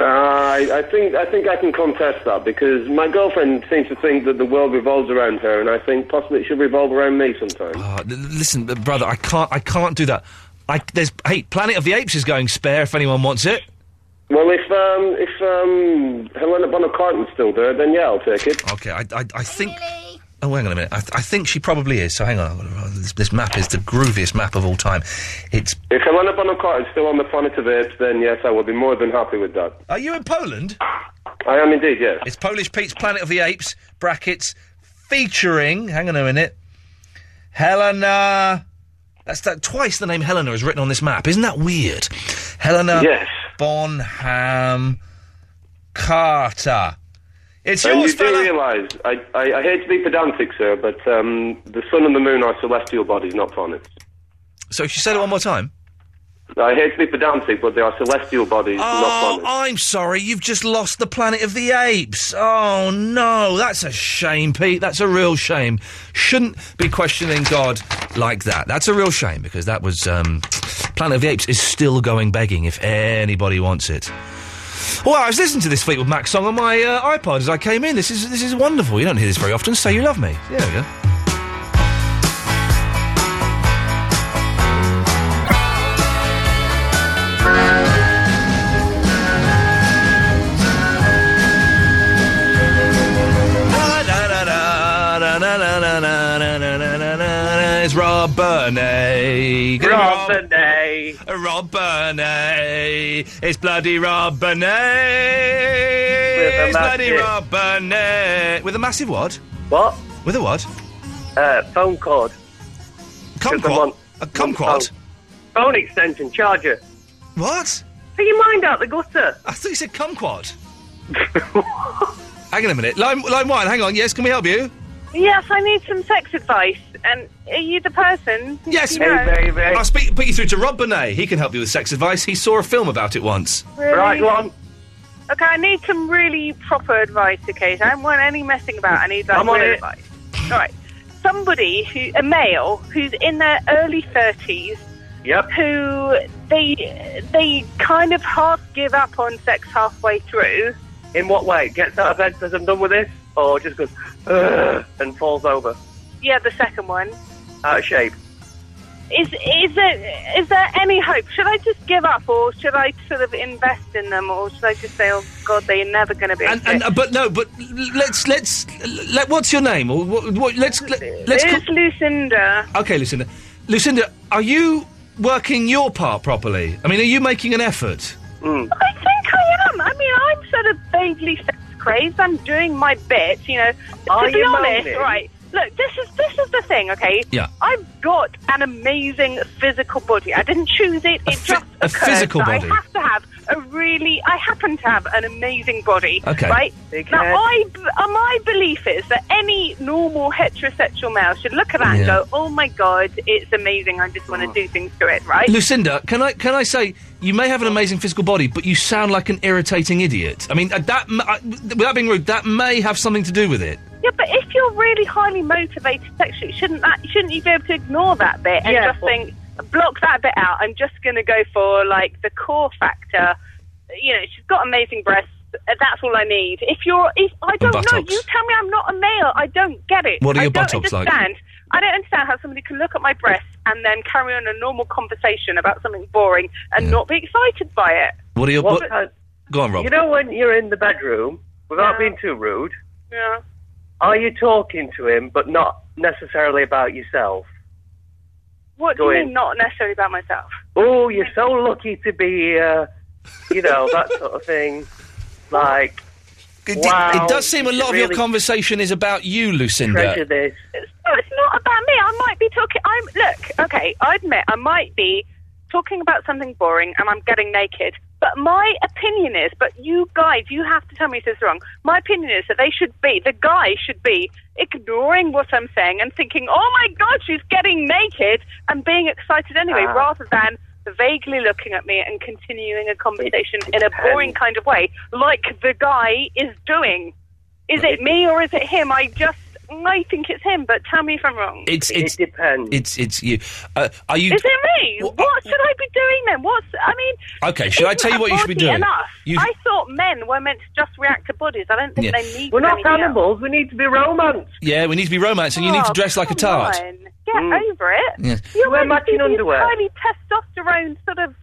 Uh, I, I think I think I can contest that because my girlfriend seems to think that the world revolves around her, and I think possibly it should revolve around me sometimes.
Uh, l- listen, uh, brother, I can't. I can't do that. I, there's hey, Planet of the Apes is going spare if anyone wants it.
Well, if um, if um, Helena Bonham Carter's still there, then yeah, I'll take it.
Okay, I, I, I think. Oh, hang on a minute. I, th- I think she probably is. So hang on. I've gotta- oh, This, this map is the grooviest map of all time. It's.
If Helena Bonham Carter's still on the planet of apes, then yes, I will be more than happy with that.
Are you in Poland?
I am indeed, yes.
It's Polish Pete's Planet of the Apes. Brackets. featuring, hang on a minute, Helena. That's that twice the name Helena is written on this map. Isn't that weird? Helena
Yes.
Bonham Carter. It's
and
yours,
you do realise, I, I, I hate to be pedantic, sir, but um, the sun and the moon are celestial bodies, not planets.
So if you said it one more time.
I hate to be pedantic, but they are celestial bodies, not
Oh,
planets.
I'm sorry. You've just lost the Planet of the Apes. Oh no, that's a shame, Pete. That's a real shame. Shouldn't be questioning God like that. That's a real shame because that was um, Planet of the Apes is still going begging if anybody wants it. Well, I was listening to this Fleetwood Mac song on my uh, iPod as I came in. This is this is wonderful. You don't hear this very often. Say you love me. There we go. It's Rob Burney. Get
Rob
Burney. Rob Burney. It's bloody Rob Burney. It's bloody
massive-
Rob Burney. With a massive what? What? With a what? Uh, phone cord. Kumquat? A kumquat?
Oh, Phone extension charger.
What?
Put your mind out the gutter.
I thought you said kumquat. Hang on a minute. Line, line one, hang on. Yes, can we help you?
Yes, I need some sex advice. And are you the person?
Yes,
You know?
I'll speak, put you through to Rob Burney. He can help you with sex advice. He saw a film about it once.
Really? Okay, I need some really proper advice, okay? So I don't want any messing about. I need like
I'm on
real
it.
advice. All right. Somebody who a male who's in their early thirties.
Yep.
Who they they kind of half give up on sex halfway through.
In what way? Gets out of bed, says I'm done with this, or just goes Ugh, and falls over,
Yeah, the second one.
out of shape.
Is is there is there any hope? Should I just give up, or should I sort of invest in them, or should I just say, "Oh God, they're never going to be"?
And, uh, but no, but l- let's let's let. What's your name? Or what, what, let's let, let's.
It's Lucinda.
Okay, Lucinda. Lucinda, are you working your part properly? I mean, are you making an effort?
I think I am. I mean, I'm sort of vaguely sex crazed. I'm doing my bit, you know.
Are
to be
you
honest,
moaning?
right? Look, this is this is the thing, okay?
Yeah.
I've got an amazing physical body. I didn't choose it. It just
a
occurred
physical
that
body?
I have to have a really. I happen to have an amazing body.
Okay.
Right.
Big
Now,
head.
I b- uh, my belief is that any normal heterosexual male should look at that and
Yeah.
go, "Oh my god, it's amazing. I just want
Mm.
to do things to it." Right.
Lucinda, can I can I say you may have an amazing physical body, but you sound like an irritating idiot. I mean, uh, that m- uh, without being rude, that may have something to do with it.
Yeah, but if you're really highly motivated sexually, shouldn't that shouldn't you be able to ignore that bit and
Yeah,
just
but-
think block that bit out? I'm just going to go for like the core factor. You know, she's got amazing breasts. uh, That's all I need. If you're, if I don't know,
buttocks.
you tell me I'm not a male. I don't get it.
What are
I
your
don't
buttocks like?
understand. I don't understand how somebody can look at my breasts and then carry on a normal conversation about something boring and not be excited by it.
What are your
What-
what, Go on, Rob.
You know when you're in the bedroom, without
Yeah.
being too rude,
Yeah.
are you talking to him but not necessarily about yourself?
What do
Go
you
in.
mean? Not necessarily about myself.
Oh, you're so lucky to be here. You know that sort of thing. Like,
It, it-
wow,
it does seem a
you
lot of
really
your conversation is about you,
treasure
Lucinda.
this.
No, it's not about me. I might be talking. I'm look. Okay, I admit I might be talking about something boring, and I'm getting naked. But my opinion is, but you guys, you have to tell me if this is wrong. My opinion is that they should be, the guy should be ignoring what I'm saying and thinking, oh my god, she's getting naked and being excited anyway,
Ah.
rather than vaguely looking at me and continuing a conversation in a boring kind of way, like the guy is doing. Is it me or is it him? I just I think it's him, but tell me if I'm wrong.
It's, it's it
depends.
It's it's you. Uh, are you
is it me? what should I be doing then? What's I mean?
okay? Should I
isn't
tell you
a
what you should be
body
doing?
Enough.
You-
I thought men were meant to just react to bodies. I don't think
Yeah.
they need.
We're not
anything else.
animals. We need to be romance.
yeah, we need to be romancing. You need to
Oh,
dress like a
come
tart.
on. Get over it.
Yes.
You're
Wear
meant
matching
to be these
Mm. underwear.
Highly testosterone sort of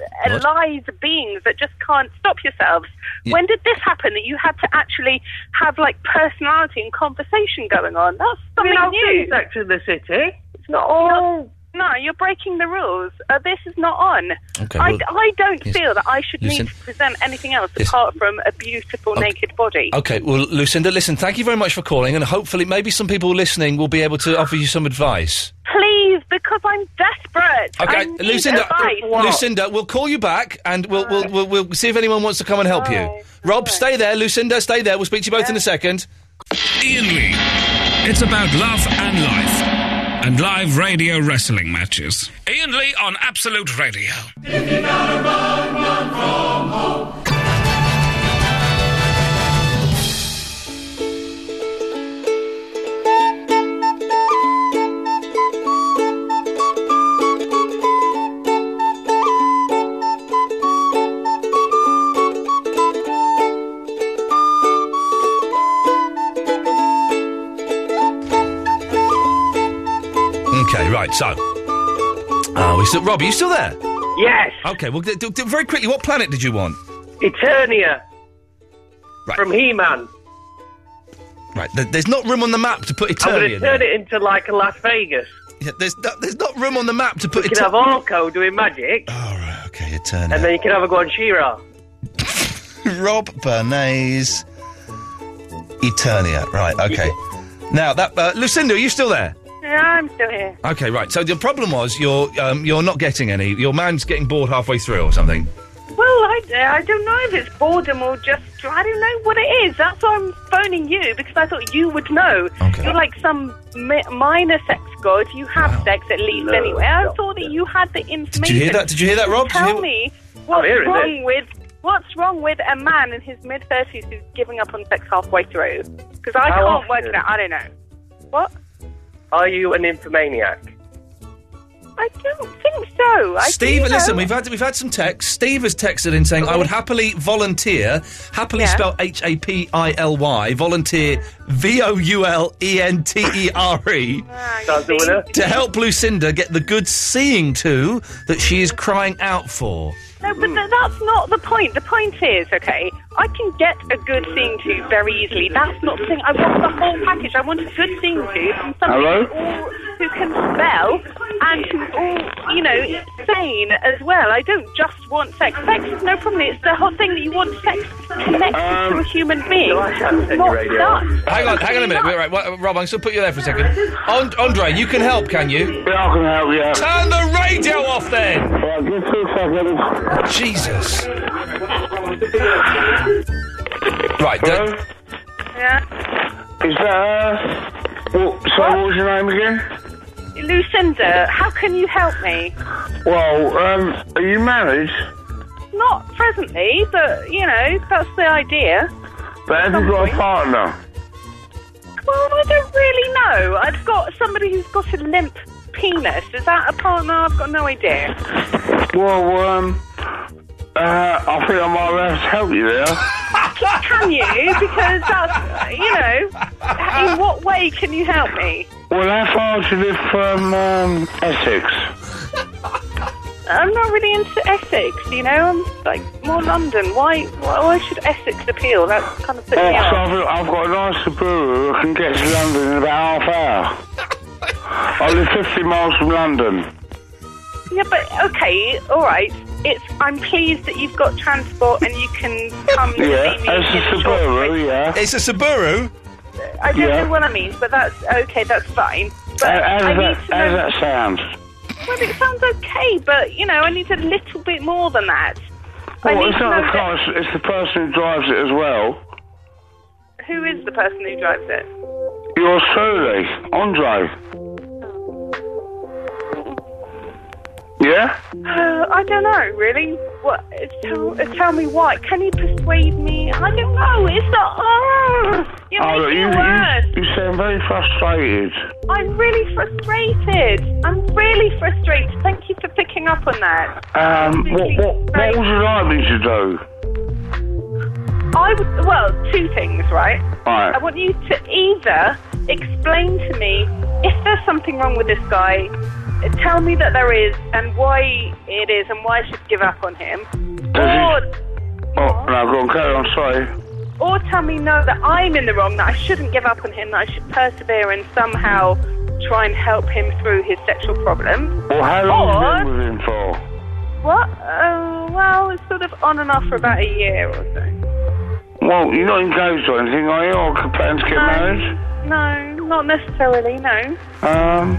uh,
What?
alive beings that just can't stop yourselves. When did this happen? That you had to actually have like personality and conversation going on? That's
I mean,
something
I've
new.
been sex in the city. It's not all
No, you're breaking the rules. Uh, this is not on.
Okay,
I,
well,
I don't
yes.
feel that I should
Listen.
need to present anything else
Yes.
apart from a beautiful
Okay.
naked body.
Okay, well, Lucinda, listen, thank you very much for calling, and hopefully, maybe some people listening will be able to offer you some advice.
Please, because I'm desperate.
Okay, uh,
I need
Lucinda,
advice.
Lucinda, we'll call you back, and we'll we'll, we'll we'll see if anyone wants to come and help you. Rob, stay there. Lucinda, stay there. We'll speak to you both in a second.
Ian Lee. It's about love and life. And live radio wrestling matches. Ian Lee on Absolute Radio.
Okay, right. So, uh, we still, Rob, are you still there?
Yes.
Okay. Well, d- d- d- very quickly, what planet did you want?
Eternia. From He Man.
Right. Th- there's not room on the map to put
I'm going to
Eternia. there.
turn it into like a Las Vegas.
Yeah, there's, no, there's not room on the map to put
You can have Orko doing magic,
Oh, Okay, Eternia.
and then you can have a go on She-Ra.
Rob Bernays, Eternia. Right, okay. Now that uh, Lucinda, are you still there?
Yeah, I'm still here.
Okay, right. So the problem was you're um, you're not getting any. Your man's getting bored halfway through or something.
Well, I, I don't know if it's boredom or just I don't know what it is. That's why I'm phoning you because I thought you would know. You're like some mi- minor sex god. You have sex at least
No,
anyway. I thought that you had the information.
Did you hear that? Did you hear that, Rob? Did you
Tell
hear-
me
I'm
what's
hearing
wrong
it.
with what's wrong with a man in his mid thirties who's giving up on sex halfway through? Because I
How
can't
often?
work it out. I don't know. What?
Are you an infomaniac?
I don't think so. I
Steve,
think
listen,
so.
we've had we've had some texts. Steve has texted in saying, "I would happily volunteer, happily
Yeah.
spell H A P I L Y, volunteer V O U L E N T E R E, to help Lucinda get the good seeing to that she is crying out for."
No, but th- that's not the point. The point is, okay, I can get a good thing to very easily. That's not the thing. I want the whole package. I want a good thing to from somebody
Hello?
who's all- who can spell and who's all, you know, sane as well. I don't just want sex. Sex is no problem. It's the whole thing that you want sex connected to a human being. It's not done.
Hang on, hang on a minute. Wait, right, wha- Rob, I'm just going to put you there for a second. And- Andre, you can help, can you?
Yeah, I can help, yeah.
Turn the radio off then! Jesus. Right, then.
Yeah.
Is that her? Well, so what was your name again?
Lucinda, how can you help me?
Well, um, are you married?
Not presently, but, you know, that's the idea.
But have you got a partner?
Well, I don't really know. I've got somebody who's got a limp penis. Is that a partner? I've got no idea.
Well, um, uh, I think I might have to help you there.
Can you? Because that's, you know, in what way can you help me?
Well, how far do you live from um, Essex?
I'm not really into Essex, you know. I'm like more London. Why? Why should Essex appeal? That kind of put
Oh,
me
so
off.
I've, I've got a nice Subaru. I can get to London in about half hour. I live 50 miles from London.
Yeah, but okay, all right. It's. I'm pleased that you've got transport and you can come and
Yeah,
see me.
it's a
in short-
Subaru, yeah.
It's a Subaru?
I don't
yeah.
know what I mean, but that's okay. That's fine. But
How, how,
I
does,
need
that,
to
how
know.
does that sound?
Well, it sounds okay, but you know, I need a little bit more than that. I
well,
need
it's
to
not
know
the car, it's, it's the person who drives it as well.
that- who is the person who drives it.
Yours truly, Andre. Yeah?
Uh, I don't know, really. What? uh, Tell, uh, tell me why? Can you persuade me? I don't know. It's not. Oh, you're
Oh, look,
making
you,
it worse.
you, you sound very frustrated.
I'm really frustrated. I'm really frustrated. Thank you for picking up on that.
Um, what, what, what would you like me to do?
I would, well, two things, right?
Right.
I want you to either explain to me if there's something wrong with this guy, tell me that there is and why it is and why I should give up on him,
Does
or
he, oh, no, go on, carry on, sorry.
or tell me no that I'm in the wrong, that I shouldn't give up on him, that I should persevere and somehow try and help him through his sexual problems.
Well, how long
or,
have you been with him for?
What? Uh, well, it's sort of on and off for about a year or so.
Well, you're not engaged or anything, are you? Or planning to get married?
Um, No, not necessarily, no.
Um,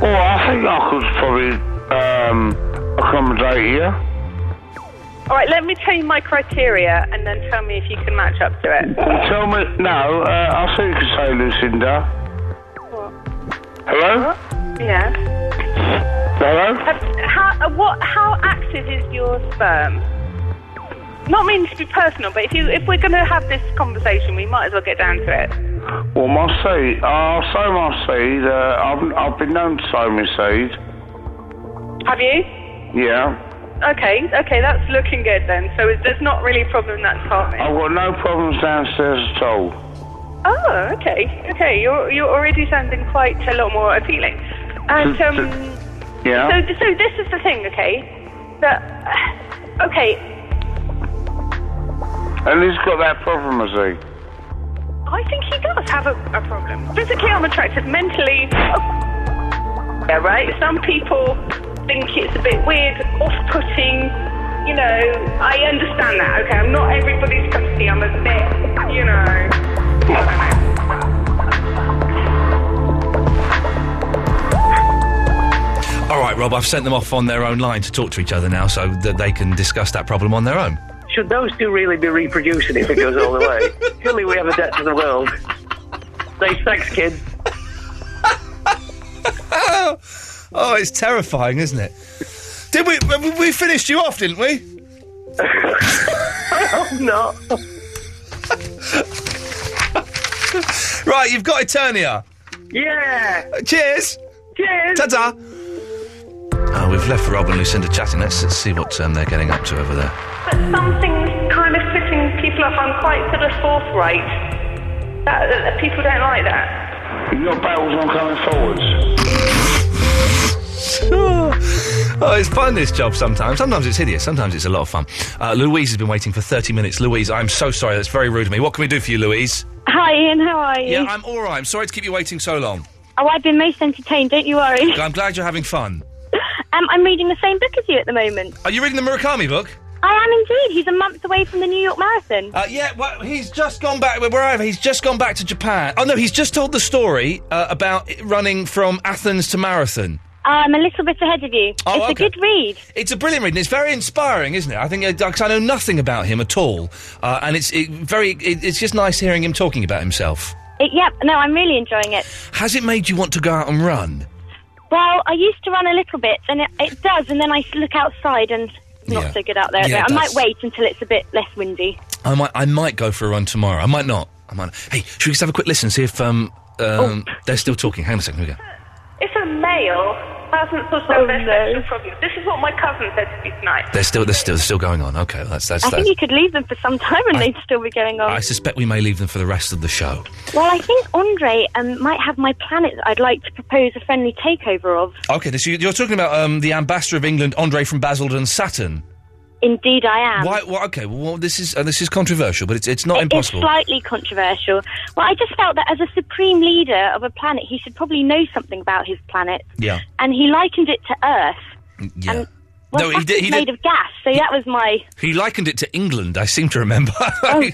well, Oh, I think I could probably um, accommodate you.
All right, let me tell you my criteria and then tell me if you can match up to it.
Well, tell me, no, uh, I think you can say Lucinda. Hello?
Yeah.
Hello?
Uh, How, uh, what, how active is your sperm? Not meaning to be personal, but if you if we're going to have this conversation, we might as well get down to it.
Well, my seed, I'll sow my seed. Uh, I've, I've been known to sow my seed.
Have you?
Yeah.
Okay, okay, that's looking good then. So it- there's not really a problem that's harming.
I've got no problems downstairs at all.
Oh, okay, okay. You're you're already sounding quite a lot more appealing. And um,
Yeah?
so so this is the thing, okay? That okay,
And he's got that problem, has he?
I think he does have a, a problem. Physically unattractive, mentally. Oh, yeah, right? Some people think it's a bit weird, off putting. You know, I understand that, okay? I'm not everybody's cup of tea. I'm a bit, you know. I don't know.
All right, Rob, I've sent them off on their own line to talk to each other now so that they can discuss that problem on their own.
Should those two really be reproducing if it goes all the way? Surely we have a debt to the world. Say sex, kids.
oh, it's terrifying, isn't it? Did we, we- we finished you off, didn't we?
I hope not.
Right, you've got Eternia.
Yeah.
Cheers.
Cheers.
Ta-ta. Oh, we've left Rob and Lucinda chatting. Let's, let's see what um, they're getting up to over there.
But something's kind of putting people off. I'm quite sort of forthright. That, that people don't like that.
You've got battles on coming forwards.
oh, it's fun, this job sometimes. Sometimes it's hideous, sometimes it's a lot of fun. Uh, Louise has been waiting for 30 minutes. Louise, I'm so sorry. That's very rude of me. What can we do for you, Louise?
Hi, Ian. How are you?
Yeah, I'm all right. I'm sorry to keep you waiting so long.
Oh, I've been most entertained. Don't you worry.
I'm glad you're having fun.
Um, I'm reading the same book as you at the moment.
Are you reading the Murakami book?
I am indeed. He's a month away from the New York Marathon.
Uh, yeah, well, he's just gone back. Wherever he's just gone back to Japan. Oh no, he's just told the story uh, about it running from Athens to Marathon.
I'm a little bit ahead of you.
Oh,
it's
okay.
a good read.
It's a brilliant read, and it's very inspiring, isn't it? I think because I know nothing about him at all, uh, and it's it, very. It, it's just nice hearing him talking about himself.
It, yep. No, I'm really enjoying it.
Has it made you want to go out and run?
Well, I used to run a little bit, and it, it does. And then I look outside, and it's not
Yeah.
so good out there. at
Yeah,
the-
it
I might
does.
wait until it's a bit less windy.
I might. I might go for a run tomorrow. I might not. I might. Hey, should we just have a quick listen? See if um,
Oh.
um they're still talking. Hang on a second. Here we go.
If a male hasn't sort
Oh,
of their sexual problems, this is what my cousin said to me tonight.
They're still. They're still. They're still going on. Okay, that's that's.
I
that's
think you could leave them for some time, and they'd still be going on.
I suspect we may leave them for the rest of the show.
Well, I think Andre um, might have my planet that I'd like to propose a friendly takeover of.
Okay, so you- you're talking about um, the ambassador of England, Andre from Basildon Saturn.
Indeed, I am.
Why? Well, okay. Well, this is uh, this is controversial, but it's it's not
It's
impossible.
slightly controversial. Well, I just felt that as a supreme leader of a planet, he should probably know something about his planet,
yeah.
and he likened it to Earth.
Mm, Yeah.
And well,
No, he
Earth
did-
is
he
made
did-
of gas, so that was my.
He likened it to England. I seem to remember. Oh, he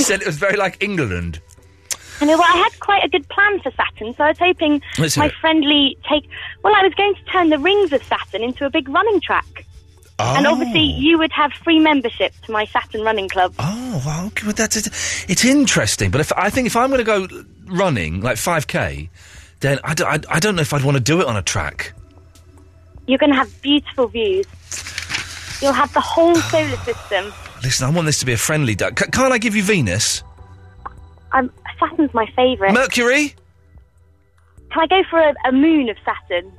said it was very like England.
I know. Well, I had quite a good plan for Saturn, so I was hoping
Let's hear
my
it.
friendly take. Well, I was going to turn the rings of Saturn into a big running track, and
Oh.
obviously you would have free membership to my Saturn running club.
Oh, well, okay, well that's it. It's interesting, but if I think if I'm going to go running like 5k, then I don't, I, I don't know if I'd want to do it on a track.
You're going to have beautiful views. You'll have the whole solar system.
Listen, I want this to be a friendly duck. C- can't I give you Venus?
Um, Saturn's my favourite.
Mercury?
Can I go for a, a moon of Saturn?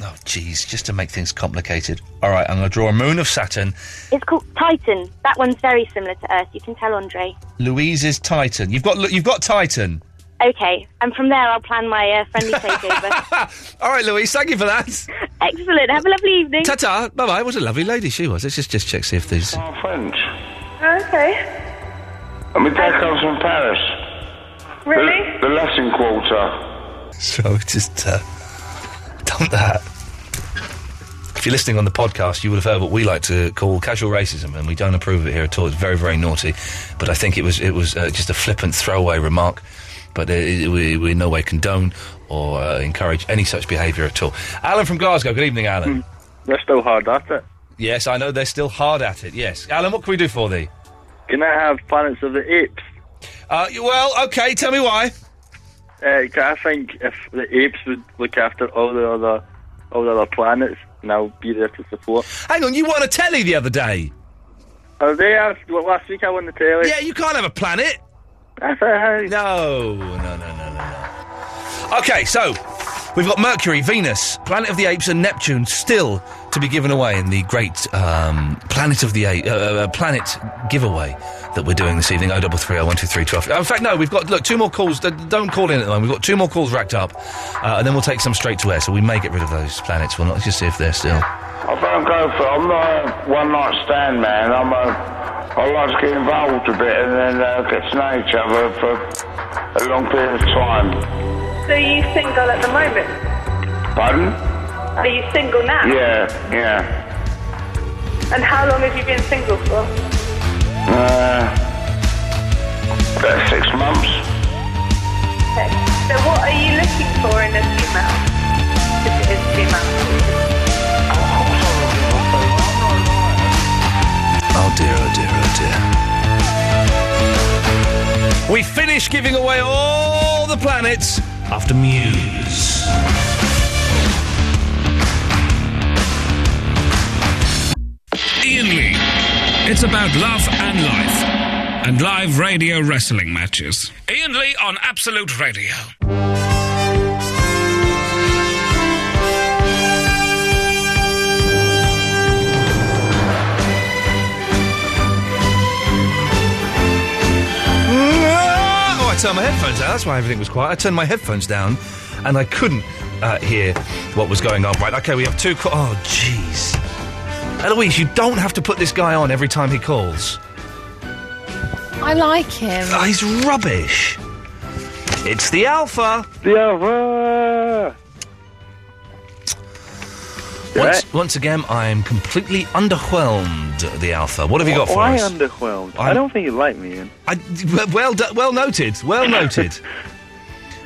Oh, jeez, just to make things complicated. All right, I'm going to draw a moon of Saturn.
It's called Titan. That one's very similar to Earth. You can tell Andre.
Louise's Titan. You've got you've got Titan.
Okay, and from there I'll plan my uh, friendly takeover.
All right, Louise, thank you for that.
Excellent. Have a lovely evening.
Ta ta. Bye bye. What a lovely lady she was. Let's just just check see if there's.
I'm French.
Okay.
And my dad comes from Paris.
Really?
The Latin Quarter.
So just uh, dump that. If you're listening on the podcast, you will have heard what we like to call casual racism, and we don't approve of it here at all. It's very, very naughty. But I think it was it was uh, just a flippant throwaway remark. But uh, it, we, we in no way condone or uh, encourage any such behaviour at all. Alan from Glasgow. Good evening, Alan.
Hmm. They're still hard at it.
Yes, I know they're still hard at it. Yes, Alan. What can we do for thee?
Can I have Planets of the Apes?
Uh, well, okay, tell me why.
Uh, 'cause I think if the apes would look after all the other, all the other planets, and I'll be there to support.
Hang on, you won a telly the other day.
Are they? asked- Well, last week I won the telly.
Yeah, you can't have a planet. No, no, no, no, no, no. Okay, so we've got Mercury, Venus, Planet of the Apes, and Neptune still to be given away in the great um, Planet of the Apes uh, uh, Planet giveaway that we're doing this evening. O double three O one two three twelve. In fact, no, we've got look two more calls. D- Don't call in at the moment. We've got two more calls racked up, uh, and then we'll take some straight to air. So we may get rid of those planets. We'll not just see if they're still.
I don't go for. I'm not a one night stand man. I'm a. I like to get involved a bit and then uh, get to know each other for a long period of time.
So are you single at the moment?
Pardon?
Are you single now?
Yeah, yeah.
And how long have you been single for?
Uh, about six months.
Okay. So what are you looking for in a female? If it is female.
Oh dear, oh dear, oh dear. We finish giving away all the planets after Muse.
Ian Lee. It's about love and life and live radio wrestling matches. Ian Lee on Absolute Radio.
Oh, I turned my headphones down. That's why everything was quiet. I turned my headphones down and I couldn't uh, hear what was going on. Right, okay, we have two ca- Oh, jeez. Eloise, you don't have to put this guy on every time he calls.
I like him.
Oh, he's rubbish. It's the Alpha. The Alpha. Once, once again, I'm completely underwhelmed. The Alpha. What have you got for
Why
us?
underwhelmed?
I'm-
I don't think you like me, Ian.
I, well, do- well noted. Well noted.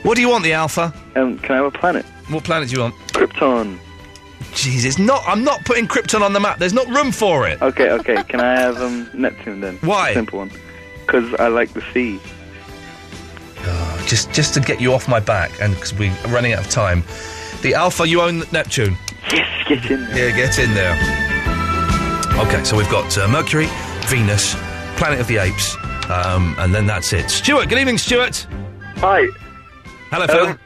what do you want, the Alpha?
Um, can I have a planet?
What planet do you want?
Krypton.
Jeez, it's not. I'm not putting Krypton on the map. There's not room for it.
Okay, okay. can I have um, Neptune then?
Why?
Simple one. Because I like the sea.
Just, just to get you off my back, and because we're running out of time. The Alpha, you own Neptune.
Yes, get in
there. Yeah, get in there. Okay, so we've got uh, Mercury, Venus, Planet of the Apes, um, and then that's it. Stuart, good evening, Stuart.
Hi. Um,
Hello, Phil.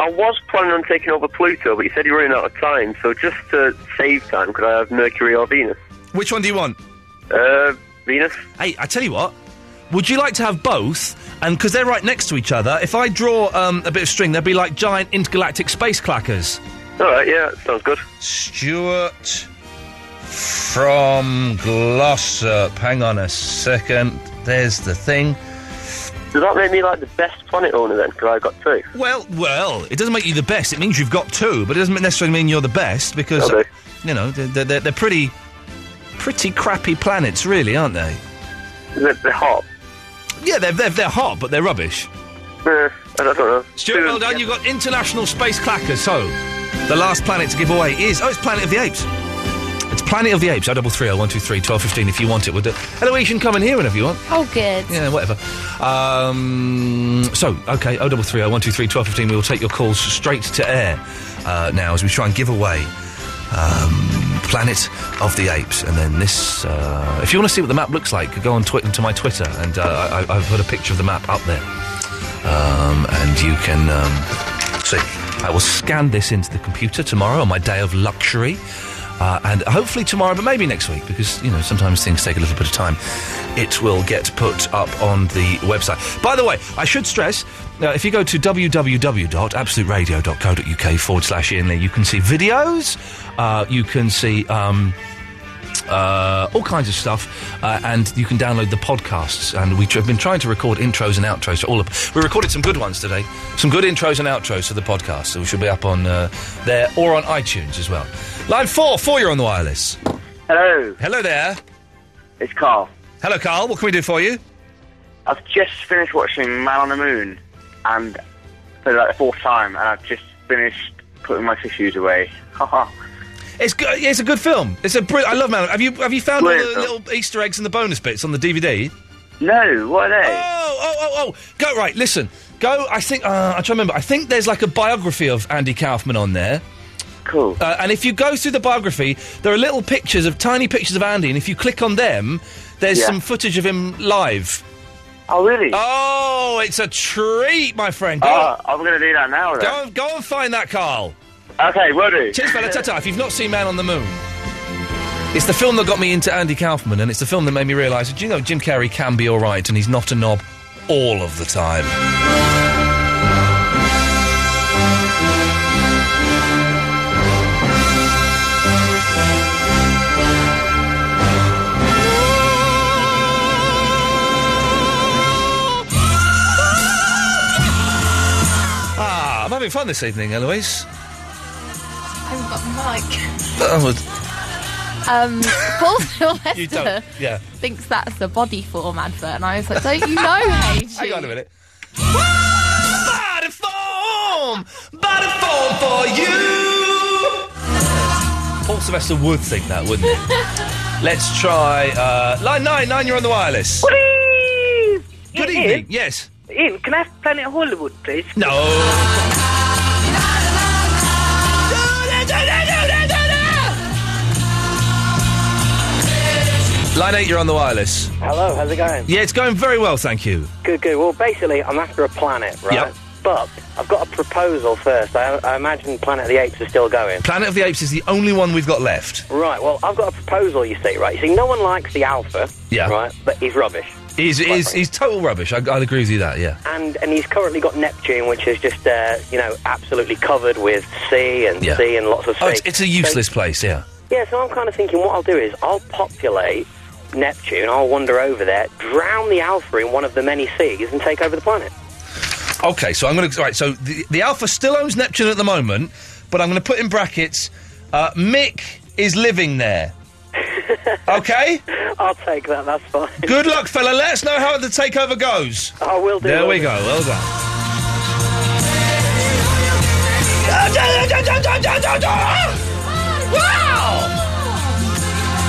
I was planning on taking over Pluto, but you said you ran out of time. So just to save time, could I have Mercury or Venus?
Which one do you want?
Uh, Venus.
Hey, I tell you what. Would you like to have both? And because they're right next to each other, if I draw um, a bit of string, they'll be like giant intergalactic space clackers.
All right, yeah, sounds good.
Stuart from Glossop. Hang on a second. There's the thing.
Does that make me like the best planet owner then? Because I got two.
Well, well, it doesn't make you the best. It means you've got two, but it doesn't necessarily mean you're the best because
Okay.
you know they're, they're, they're pretty, pretty crappy planets, really, aren't they?
They're, they're hot.
Yeah, they're, they're they're hot, but they're rubbish.
Eh, I don't know.
Stuart, well done. You got international space clackers. So, the last planet to give away is oh, it's Planet of the Apes. It's Planet of the Apes. O double three O one two three twelve fifteen. If you want it, we'll do. Eloise, you can come in here whenever you want.
Oh, good.
Yeah, whatever. Um, so, okay, 0330 123 1215. We will take your calls straight to air uh, now as we try and give away um, Planet of the Apes. And then this, uh, if you want to see what the map looks like, go on twi- to my Twitter and uh, I- I've put a picture of the map up there. Um, and you can um, see. I will scan this into the computer tomorrow on my day of luxury. Uh, and hopefully tomorrow, but maybe next week, because you know sometimes things take a little bit of time. It will get put up on the website. By the way, I should stress: uh, if you go to www.absoluteradio.co.uk forward slash Ian Lee, you can see videos. Uh, you can see um, uh, all kinds of stuff, uh, and you can download the podcasts. And we tr- have been trying to record intros and outros. For all of we recorded some good ones today, some good intros and outros for the podcast. So we should be up on uh, there or on iTunes as well. Line four, four, you're on the wireless.
Hello.
Hello there.
It's Carl.
Hello, Carl. What can we do for you?
I've just finished watching Man on the Moon, and for like the fourth time, and I've just finished putting my tissues away. Haha.
It's good. It's a good film. It's a brilliant. I love Man. Have you have you found all
Brilliant
the little Easter eggs and the bonus bits on the DVD?
No, what are they?
Oh, oh, oh, oh! Go right. Listen, go. I think uh, I try to remember. I think there's like a biography of Andy Kaufman on there.
Cool.
Uh, and if you go through the biography, there are little pictures of tiny pictures of Andy, and if you click on them, there's
Yeah.
some footage of him live.
Oh, really?
Oh, it's a treat, my friend. Go
Oh, I'm gonna do that now. Then.
Go, and- go and find that, Carl.
Okay, will do.
Cheers, fella. Ta-ta. If you've not seen Man on the Moon, it's the film that got me into Andy Kaufman, and it's the film that made me realise, do you know, Jim Carrey can be all right, and he's not a knob all of the time. Ah, I'm having fun this evening, Eloise.
haven't got
That was-
Um, Paul Sylvester
You don't. Yeah.
thinks that's the body form advert, and I was like, don't you know, AG?
Hang on a minute. Body form! Body form for you! Paul Sylvester would think that, wouldn't he? Let's try uh, line nine. Nine, you're on the wireless. Good
Ian?
evening. Yes.
Ian, can I have Planet Hollywood, please?
No. Line eight, you're on the wireless.
Hello, Oh, how's it going?
Yeah, it's going very well, thank you.
Good, good. Well, basically, I'm after a planet, right?
Yep.
But I've got a proposal first. I, I imagine Planet of the Apes is still going.
Planet of the Apes is the only one we've got left.
Right, well, I've got a proposal, you see, right? You see, no one likes the Alpha,
Yeah.
right? But he's rubbish.
He's, he's, he's total rubbish. I, I'd agree with you that, yeah.
And and he's currently got Neptune, which is just, uh, you know, absolutely covered with sea and
Yeah.
sea and lots of sea.
Oh, it's, it's a useless place, yeah.
Yeah, so I'm kind of thinking what I'll do is I'll populate Neptune, I'll wander over there, drown the Alpha in one of the many seas, and take over the planet.
Okay, so I'm going to. Right, so the, the Alpha still owns Neptune at the moment, but I'm going to put in brackets uh, Mick is living there. okay?
I'll take that, that's fine.
Good luck, fella. Let us know how the takeover goes.
I will do.
There
will
we
do.
go. Well done.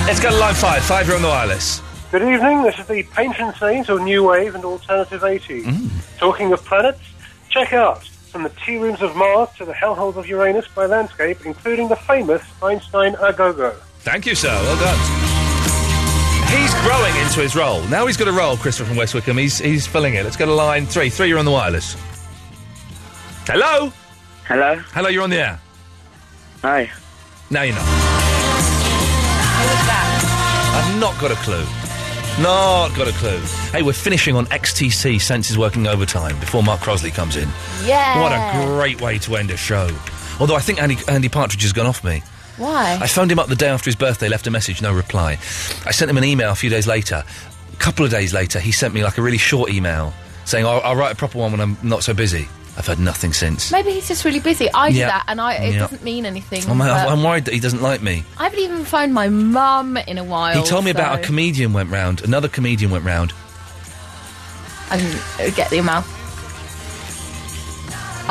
Let's go to line five. Five, you're on the wireless.
Good evening. This is the Patron Saint or New Wave and Alternative 80s.
Mm.
Talking of planets, check out From the Tea Rooms of Mars to the Hellholes of Uranus by Landscape, including the famous Einstein Agogo.
Thank you, sir. Well done. He's growing into his role. Now he's got a role, Christopher from West Wickham. He's, he's filling it. Let's go to line three. Three, you're on the wireless. Hello?
Hello?
Hello, you're on the air.
Hi.
No, you're not. I've not got a clue. Not got a clue. Hey, we're finishing on XTC Senses Working Overtime before Mark Crosley comes in.
Yeah.
What a great way to end a show. Although I think Andy, Andy Partridge has gone off me.
Why?
I phoned him up the day after his birthday, left a message, no reply. I sent him an email a few days later. A couple of days later, he sent me like a really short email saying, I'll, I'll write a proper one when I'm not so busy. I've heard nothing since.
Maybe he's just really busy. I do
Yeah.
that, and I it
Yeah.
doesn't mean anything.
I'm,
but-
I'm worried that he doesn't like me.
I haven't even phoned my mum in a while.
He told me about a
so
comedian went round, another comedian went round.
I didn't uh, get the email.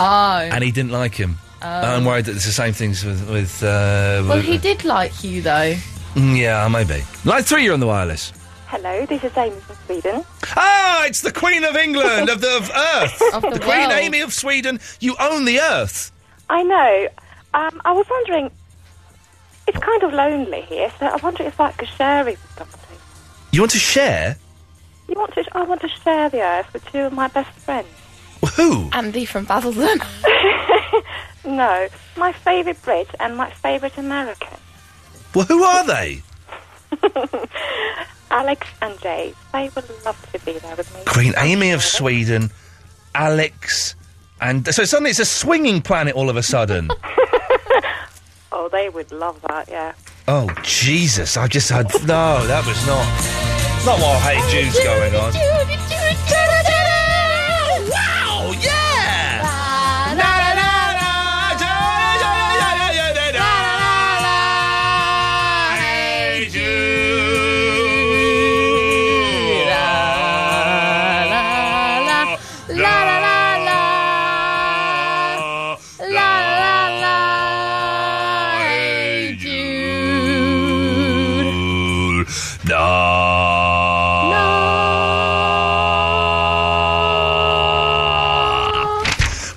Oh.
and he didn't like him.
Oh.
I'm worried that it's the same things with. with uh,
well,
with-
he did like you though.
Mm, yeah, maybe. Line three, you're on the wireless.
Hello, this is Amy from Sweden.
Ah, it's the Queen of England of the of Earth,
Of
the,
the
Queen
world.
Amy of Sweden. You own the Earth.
I know. Um, I was wondering, it's kind of lonely here, so I wonder if I could share it with someone.
You want to share?
You want to? I want to share the earth with two of my best friends.
Who?
Andy from Basildon.
No, my favourite Brit and my favourite American,
Well, who are they?
Alex and Dave. They would love to be there with me.
Queen Amy of Sweden, Alex, and so suddenly it's a swinging planet all of a sudden.
Oh, they would love that. Yeah.
Oh Jesus! I just had no. That was not not what Hey Jude's going on. Wow!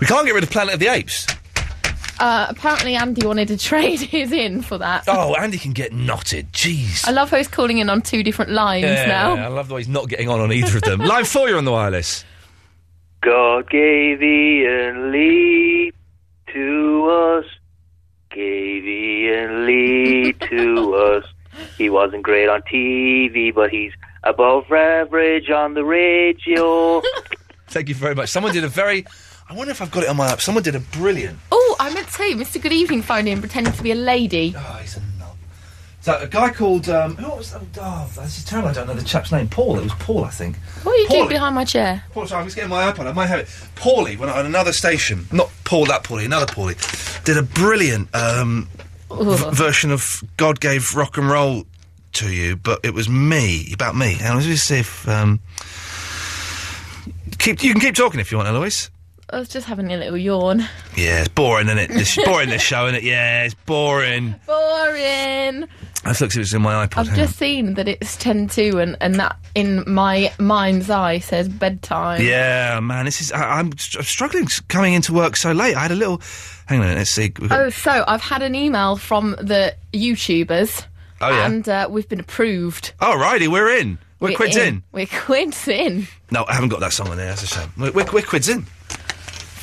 We can't get rid of Planet of the Apes.
Uh, apparently, Andy wanted to trade his in for that.
Oh, Andy can get knotted. Jeez.
I love how he's calling in on two different lines
Yeah,
now.
I love the way he's not getting on on either of them. Line four, you're on the wireless.
God gave Ian Lee to us. Gave Ian Lee to us. He wasn't great on TV, but he's above average on the
Oh,
radio.
Thank you very much. Someone did a very. I wonder if I've got it on my app. Someone did a brilliant.
Oh, I meant to, Mr. Good Evening phoned in pretending to be a lady.
Oh, So a guy called um, who was? Oh, oh, this is terrible. I don't know the chap's name. Paul. It was Paul, I think.
What are you doing
Paulie.
behind my chair?
Paul, sorry, I'm just getting my iPod. I might have it. Paulie, when I, on another station, not Paul, that Paulie, another Paulie, did a brilliant um, v- version of "God Gave Rock and Roll to You," but it was me about me. And let's just see if um, keep. You can keep talking if you want, Eloise.
I was just having a little yawn.
Yeah, it's boring, isn't it? This boring. This show, isn't it? Yeah, it's boring.
Boring.
Let's look see if it's in my iPod.
I've
Hang
just seen that it's ten to, and and that in my mind's eye says bedtime.
Yeah, man, this is. I, I'm str- struggling s- coming into work so late. I had a little. Hang on, a minute, let's see. We've got-
Oh, so I've had an email from the YouTubers.
Oh, yeah.
And uh, we've been approved.
Alrighty, oh, we're in. We're, quids in.
We're quids in.
No, I haven't got that song on there. That's a shame. We're, we're, we're quids in.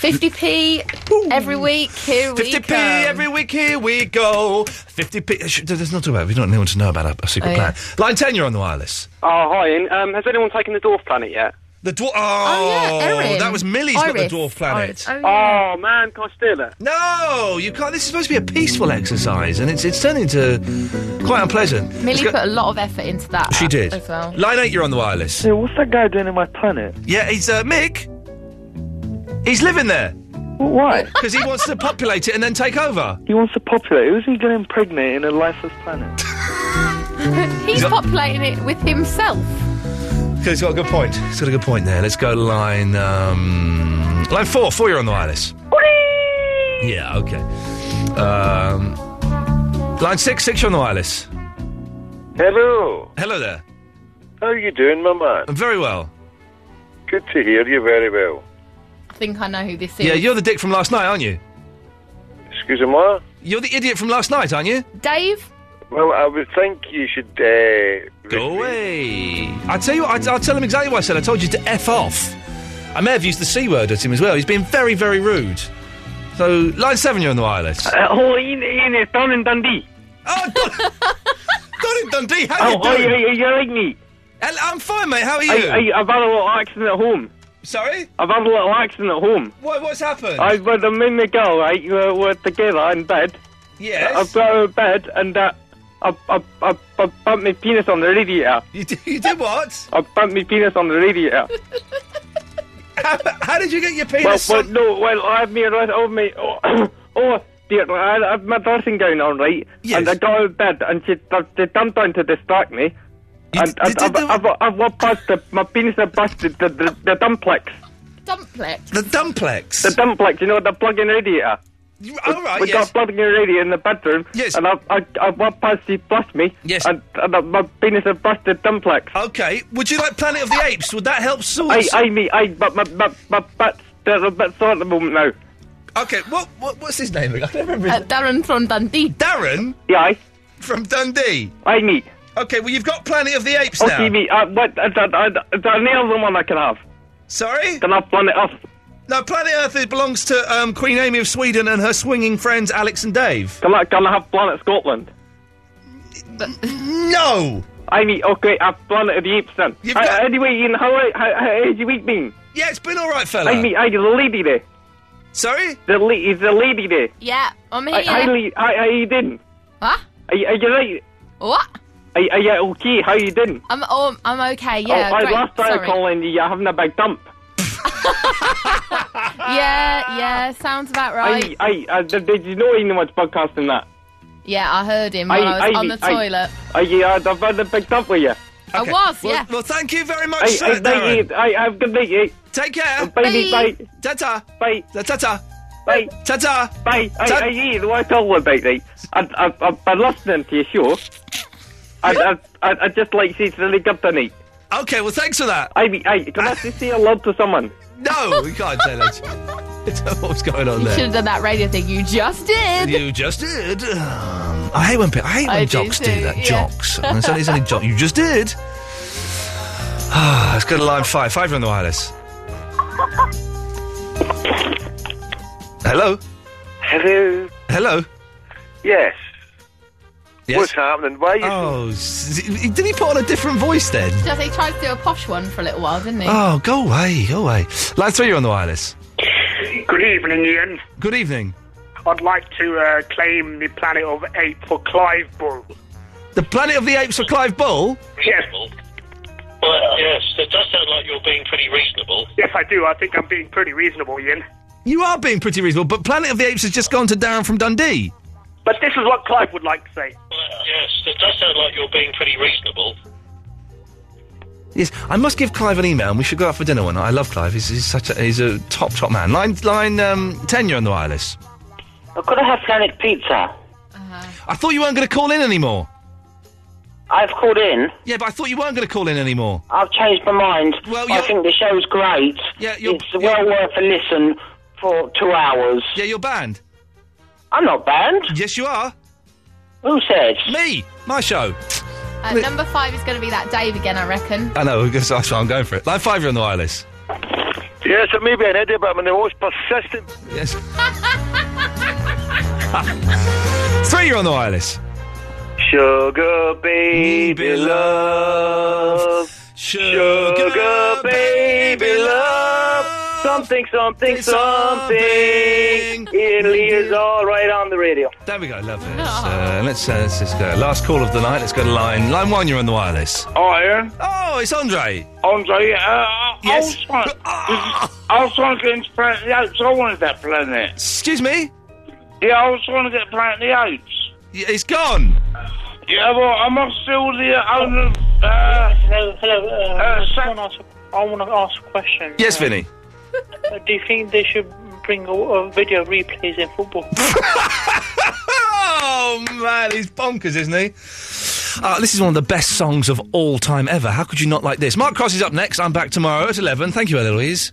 50p every week. Here we
50p
come.
every week. Here we go. 50p. Sh- There's not too bad. We don't anyone to know about our, our secret
Oh, yeah.
plan. Line 10, you're on the wireless.
Oh, hi, Ian. Um, has anyone taken the Dwarf Planet yet?
The Dwarf. Oh,
Erin.
that was Millie's got the
Iris.
dwarf planet.
Oh, man, can I steal it?
No, you can't. This is supposed to be a peaceful exercise, and it's it's turned into quite unpleasant. Let's
Millie
go-
put a lot of effort into that.
She
uh,
did.
As well.
Line 8, you're on the wireless.
Yeah, what's that guy doing in Oh, my planet?
Yeah, he's uh, Mick. He's living there.
Why?
Because he wants to populate it and then take over.
He wants to populate. Who's he going to impregnate in a lifeless planet?
He's populating it with himself.
He's got a good point. He's got a good point there. Let's go line um, line four. Four, you're on the wireless. Yeah, okay. Um, line six. Six, you're on the wireless.
Hello.
Hello there.
How are you doing, my man?
I'm very well.
Good to hear you very well.
I think I know who this is.
Yeah, you're the dick from last night, aren't you?
Excuse me?
You're the idiot from last night, aren't you?
Dave?
Well, I would think you should. Uh,
Go away. I tell you, what, I, I'll tell him exactly what I said. I told you to f off. I may have used the c word at him as well. He's been very, very rude. So line seven, you're on the wireless.
Uh,
oh, Ian, Ian, it's Don in Dundee.
Oh,
Oh,
Don in Dundee, how you doing?
you like me?
I'm fine, mate. How are you?
I, I, I've had a little accident at home.
Sorry?
I've had a little accident at home.
What, what's happened?
I, with me and the girl, right, we're, we're together in bed.
Yes.
I brought her to bed and uh, I, I, I, I bumped my penis on the radiator.
You did, you did what?
I bumped my penis on the radiator.
how, how did you get your
Well,
penis?
well no, well, I have my, dress- oh, my, oh, oh dear, I have my dressing gown on, right? And I got out of bed and she, she jumped on to distract me. and I, I've, I've, I've, walked past the, my penis had busted the, the, the dumplex.
Dumplet.
The dumplex?
The dumplex, you know, the plug-in radiator.
All right,
we
yes.
got plug-in radiator in the bedroom.
Yes.
And I, I, I walked past, she flushed me. Yes. And, and uh, my penis had busted dumplex.
Okay, would you like Planet of the Apes? Would that help sort
I, I, me, I, but my, my, my butt's still a bit sore at the moment now.
Okay, what, what what's his name? again? I can't remember.
Uh, Darren from Dundee.
Darren?
Yeah, I.
From Dundee?
I meet.
Okay, well, you've got Planet of the Apes now.
Okay, me, uh, what, uh, uh, uh, uh, the other one I can have.
Sorry?
Can I have Planet Earth?
No, Planet Earth it belongs to um, Queen Amy of Sweden and her swinging friends Alex and Dave.
Can I, can I have Planet Scotland?
No!
I mean, okay, I've Planet of the Apes then.
You've
Uh,
got-
anyway, Ian, how, how, how, how's your week been?
Yeah, it's been all right, fella.
I mean, I, the lady there.
Sorry?
The, la- is the lady there.
Yeah, I'm here.
I, I, I, I, you didn't.
Huh?
Are, you- are you right?
What?
Are, are you okay? How you doing?
I'm oh, I'm okay. Yeah,
oh, I,
great.
last time I
Sorry.
called in, you're having a big dump.
Yeah, yeah, sounds about right.
I, I, uh, did, did you know anyone's podcasting that?
yeah, I heard him while I,
Aye,
was on
Ivy,
the
aye.
toilet.
Are you, uh, I've had a big dump with you.
I was, yeah.
Well, thank you very much,
Aye,
sir,
aye, thank
Darren.
you. Aye, have a good night. Aye.
Take care.
Baby,
Bye.
bye.
Ta-ta.
Bye.
Ta-ta.
Bye.
Ta-ta.
Bye. Aye,
Ta-
aye, aye, what I told you about, right? I, I, I've been listening to your show. I, I, I, I just like to see it's really good tonight.
Okay, well, thanks for that.
I, I, can I just say hello to someone?
No, we can't say that. It's- What's going on
You should have
there?
done that radio thing you just did.
You just did. Um, I hate when pe- I hate when
I do
jocks do,
too,
that.
yeah.
Jocks. And it's only, it's only jock. You just did. Let's go to line five. Five you're on the wireless. Hello.
Hello.
Hello.
Yes.
Yes.
What's happening? Why are you...
Oh, s- did he put on a different voice then?
Just- He tried to do a posh one for a little while, didn't he?
Oh, go away, go away. Line three, you're on the wireless.
Good evening, Ian.
Good evening.
I'd like to uh, claim the planet of eight for Clive Bull.
The Planet of the Apes for Clive Bull.
Yes,
Well, yes, it does sound like you're being pretty reasonable.
yes, I do. I think I'm being pretty reasonable, Ian.
You are being pretty reasonable, but Planet of the Apes has just gone to Darren from Dundee.
But this is what Clive would like to say.
Yes, it does sound like you're being pretty reasonable.
Yes, I must give Clive an email, and we should go out for dinner one night. I love Clive. He's, he's such a he's a top top man. Line line um, ten, you're on the wireless.
I've got to have Planet Pizza.
I thought you weren't going to call in anymore.
I've called in.
Yeah, but I thought you weren't going to call in anymore.
I've changed my mind. Well, I think the show's great.
Yeah,
it's well worth a listen for two hours.
Yeah, you're banned.
I'm not banned.
Yes, you are.
Who said?
Me, my show.
Uh, number five is going to be that Dave again, I reckon.
I know. That's why I'm going for it. Line five, you're on the wireless.
Yes, it may be an idiot, but I'm the most persistent...
Yes. Three, you're on the wireless.
Sugar baby love.
Sugar
baby love. Something, something, something. Ian Lee is all right on the radio.
There we go. Love it. Uh, let's, uh, let's just go. Last call of the night. Let's go to line line one. You're on the wireless.
Oh, Ian.
Oh, it's Andre.
Andre, uh, yes. I was trying to get into Planet of the Apes. I wanted that planet.
Excuse me?
Yeah, I was trying to get Planet of the Apes.
it's gone.
Yeah, well, am I still the owner of... Uh,
Hello, hello. Uh,
Uh,
I, just wanna ask, I want to ask a question.
Yes,
Uh,
Vinny.
uh, do you think they should bring a, a video replays in football?
Oh man, he's bonkers, isn't he? Uh, this is one of the best songs of all time ever. How could you not like this? Mark Cross is up next. I'm back tomorrow at eleven. Thank you, Eloise.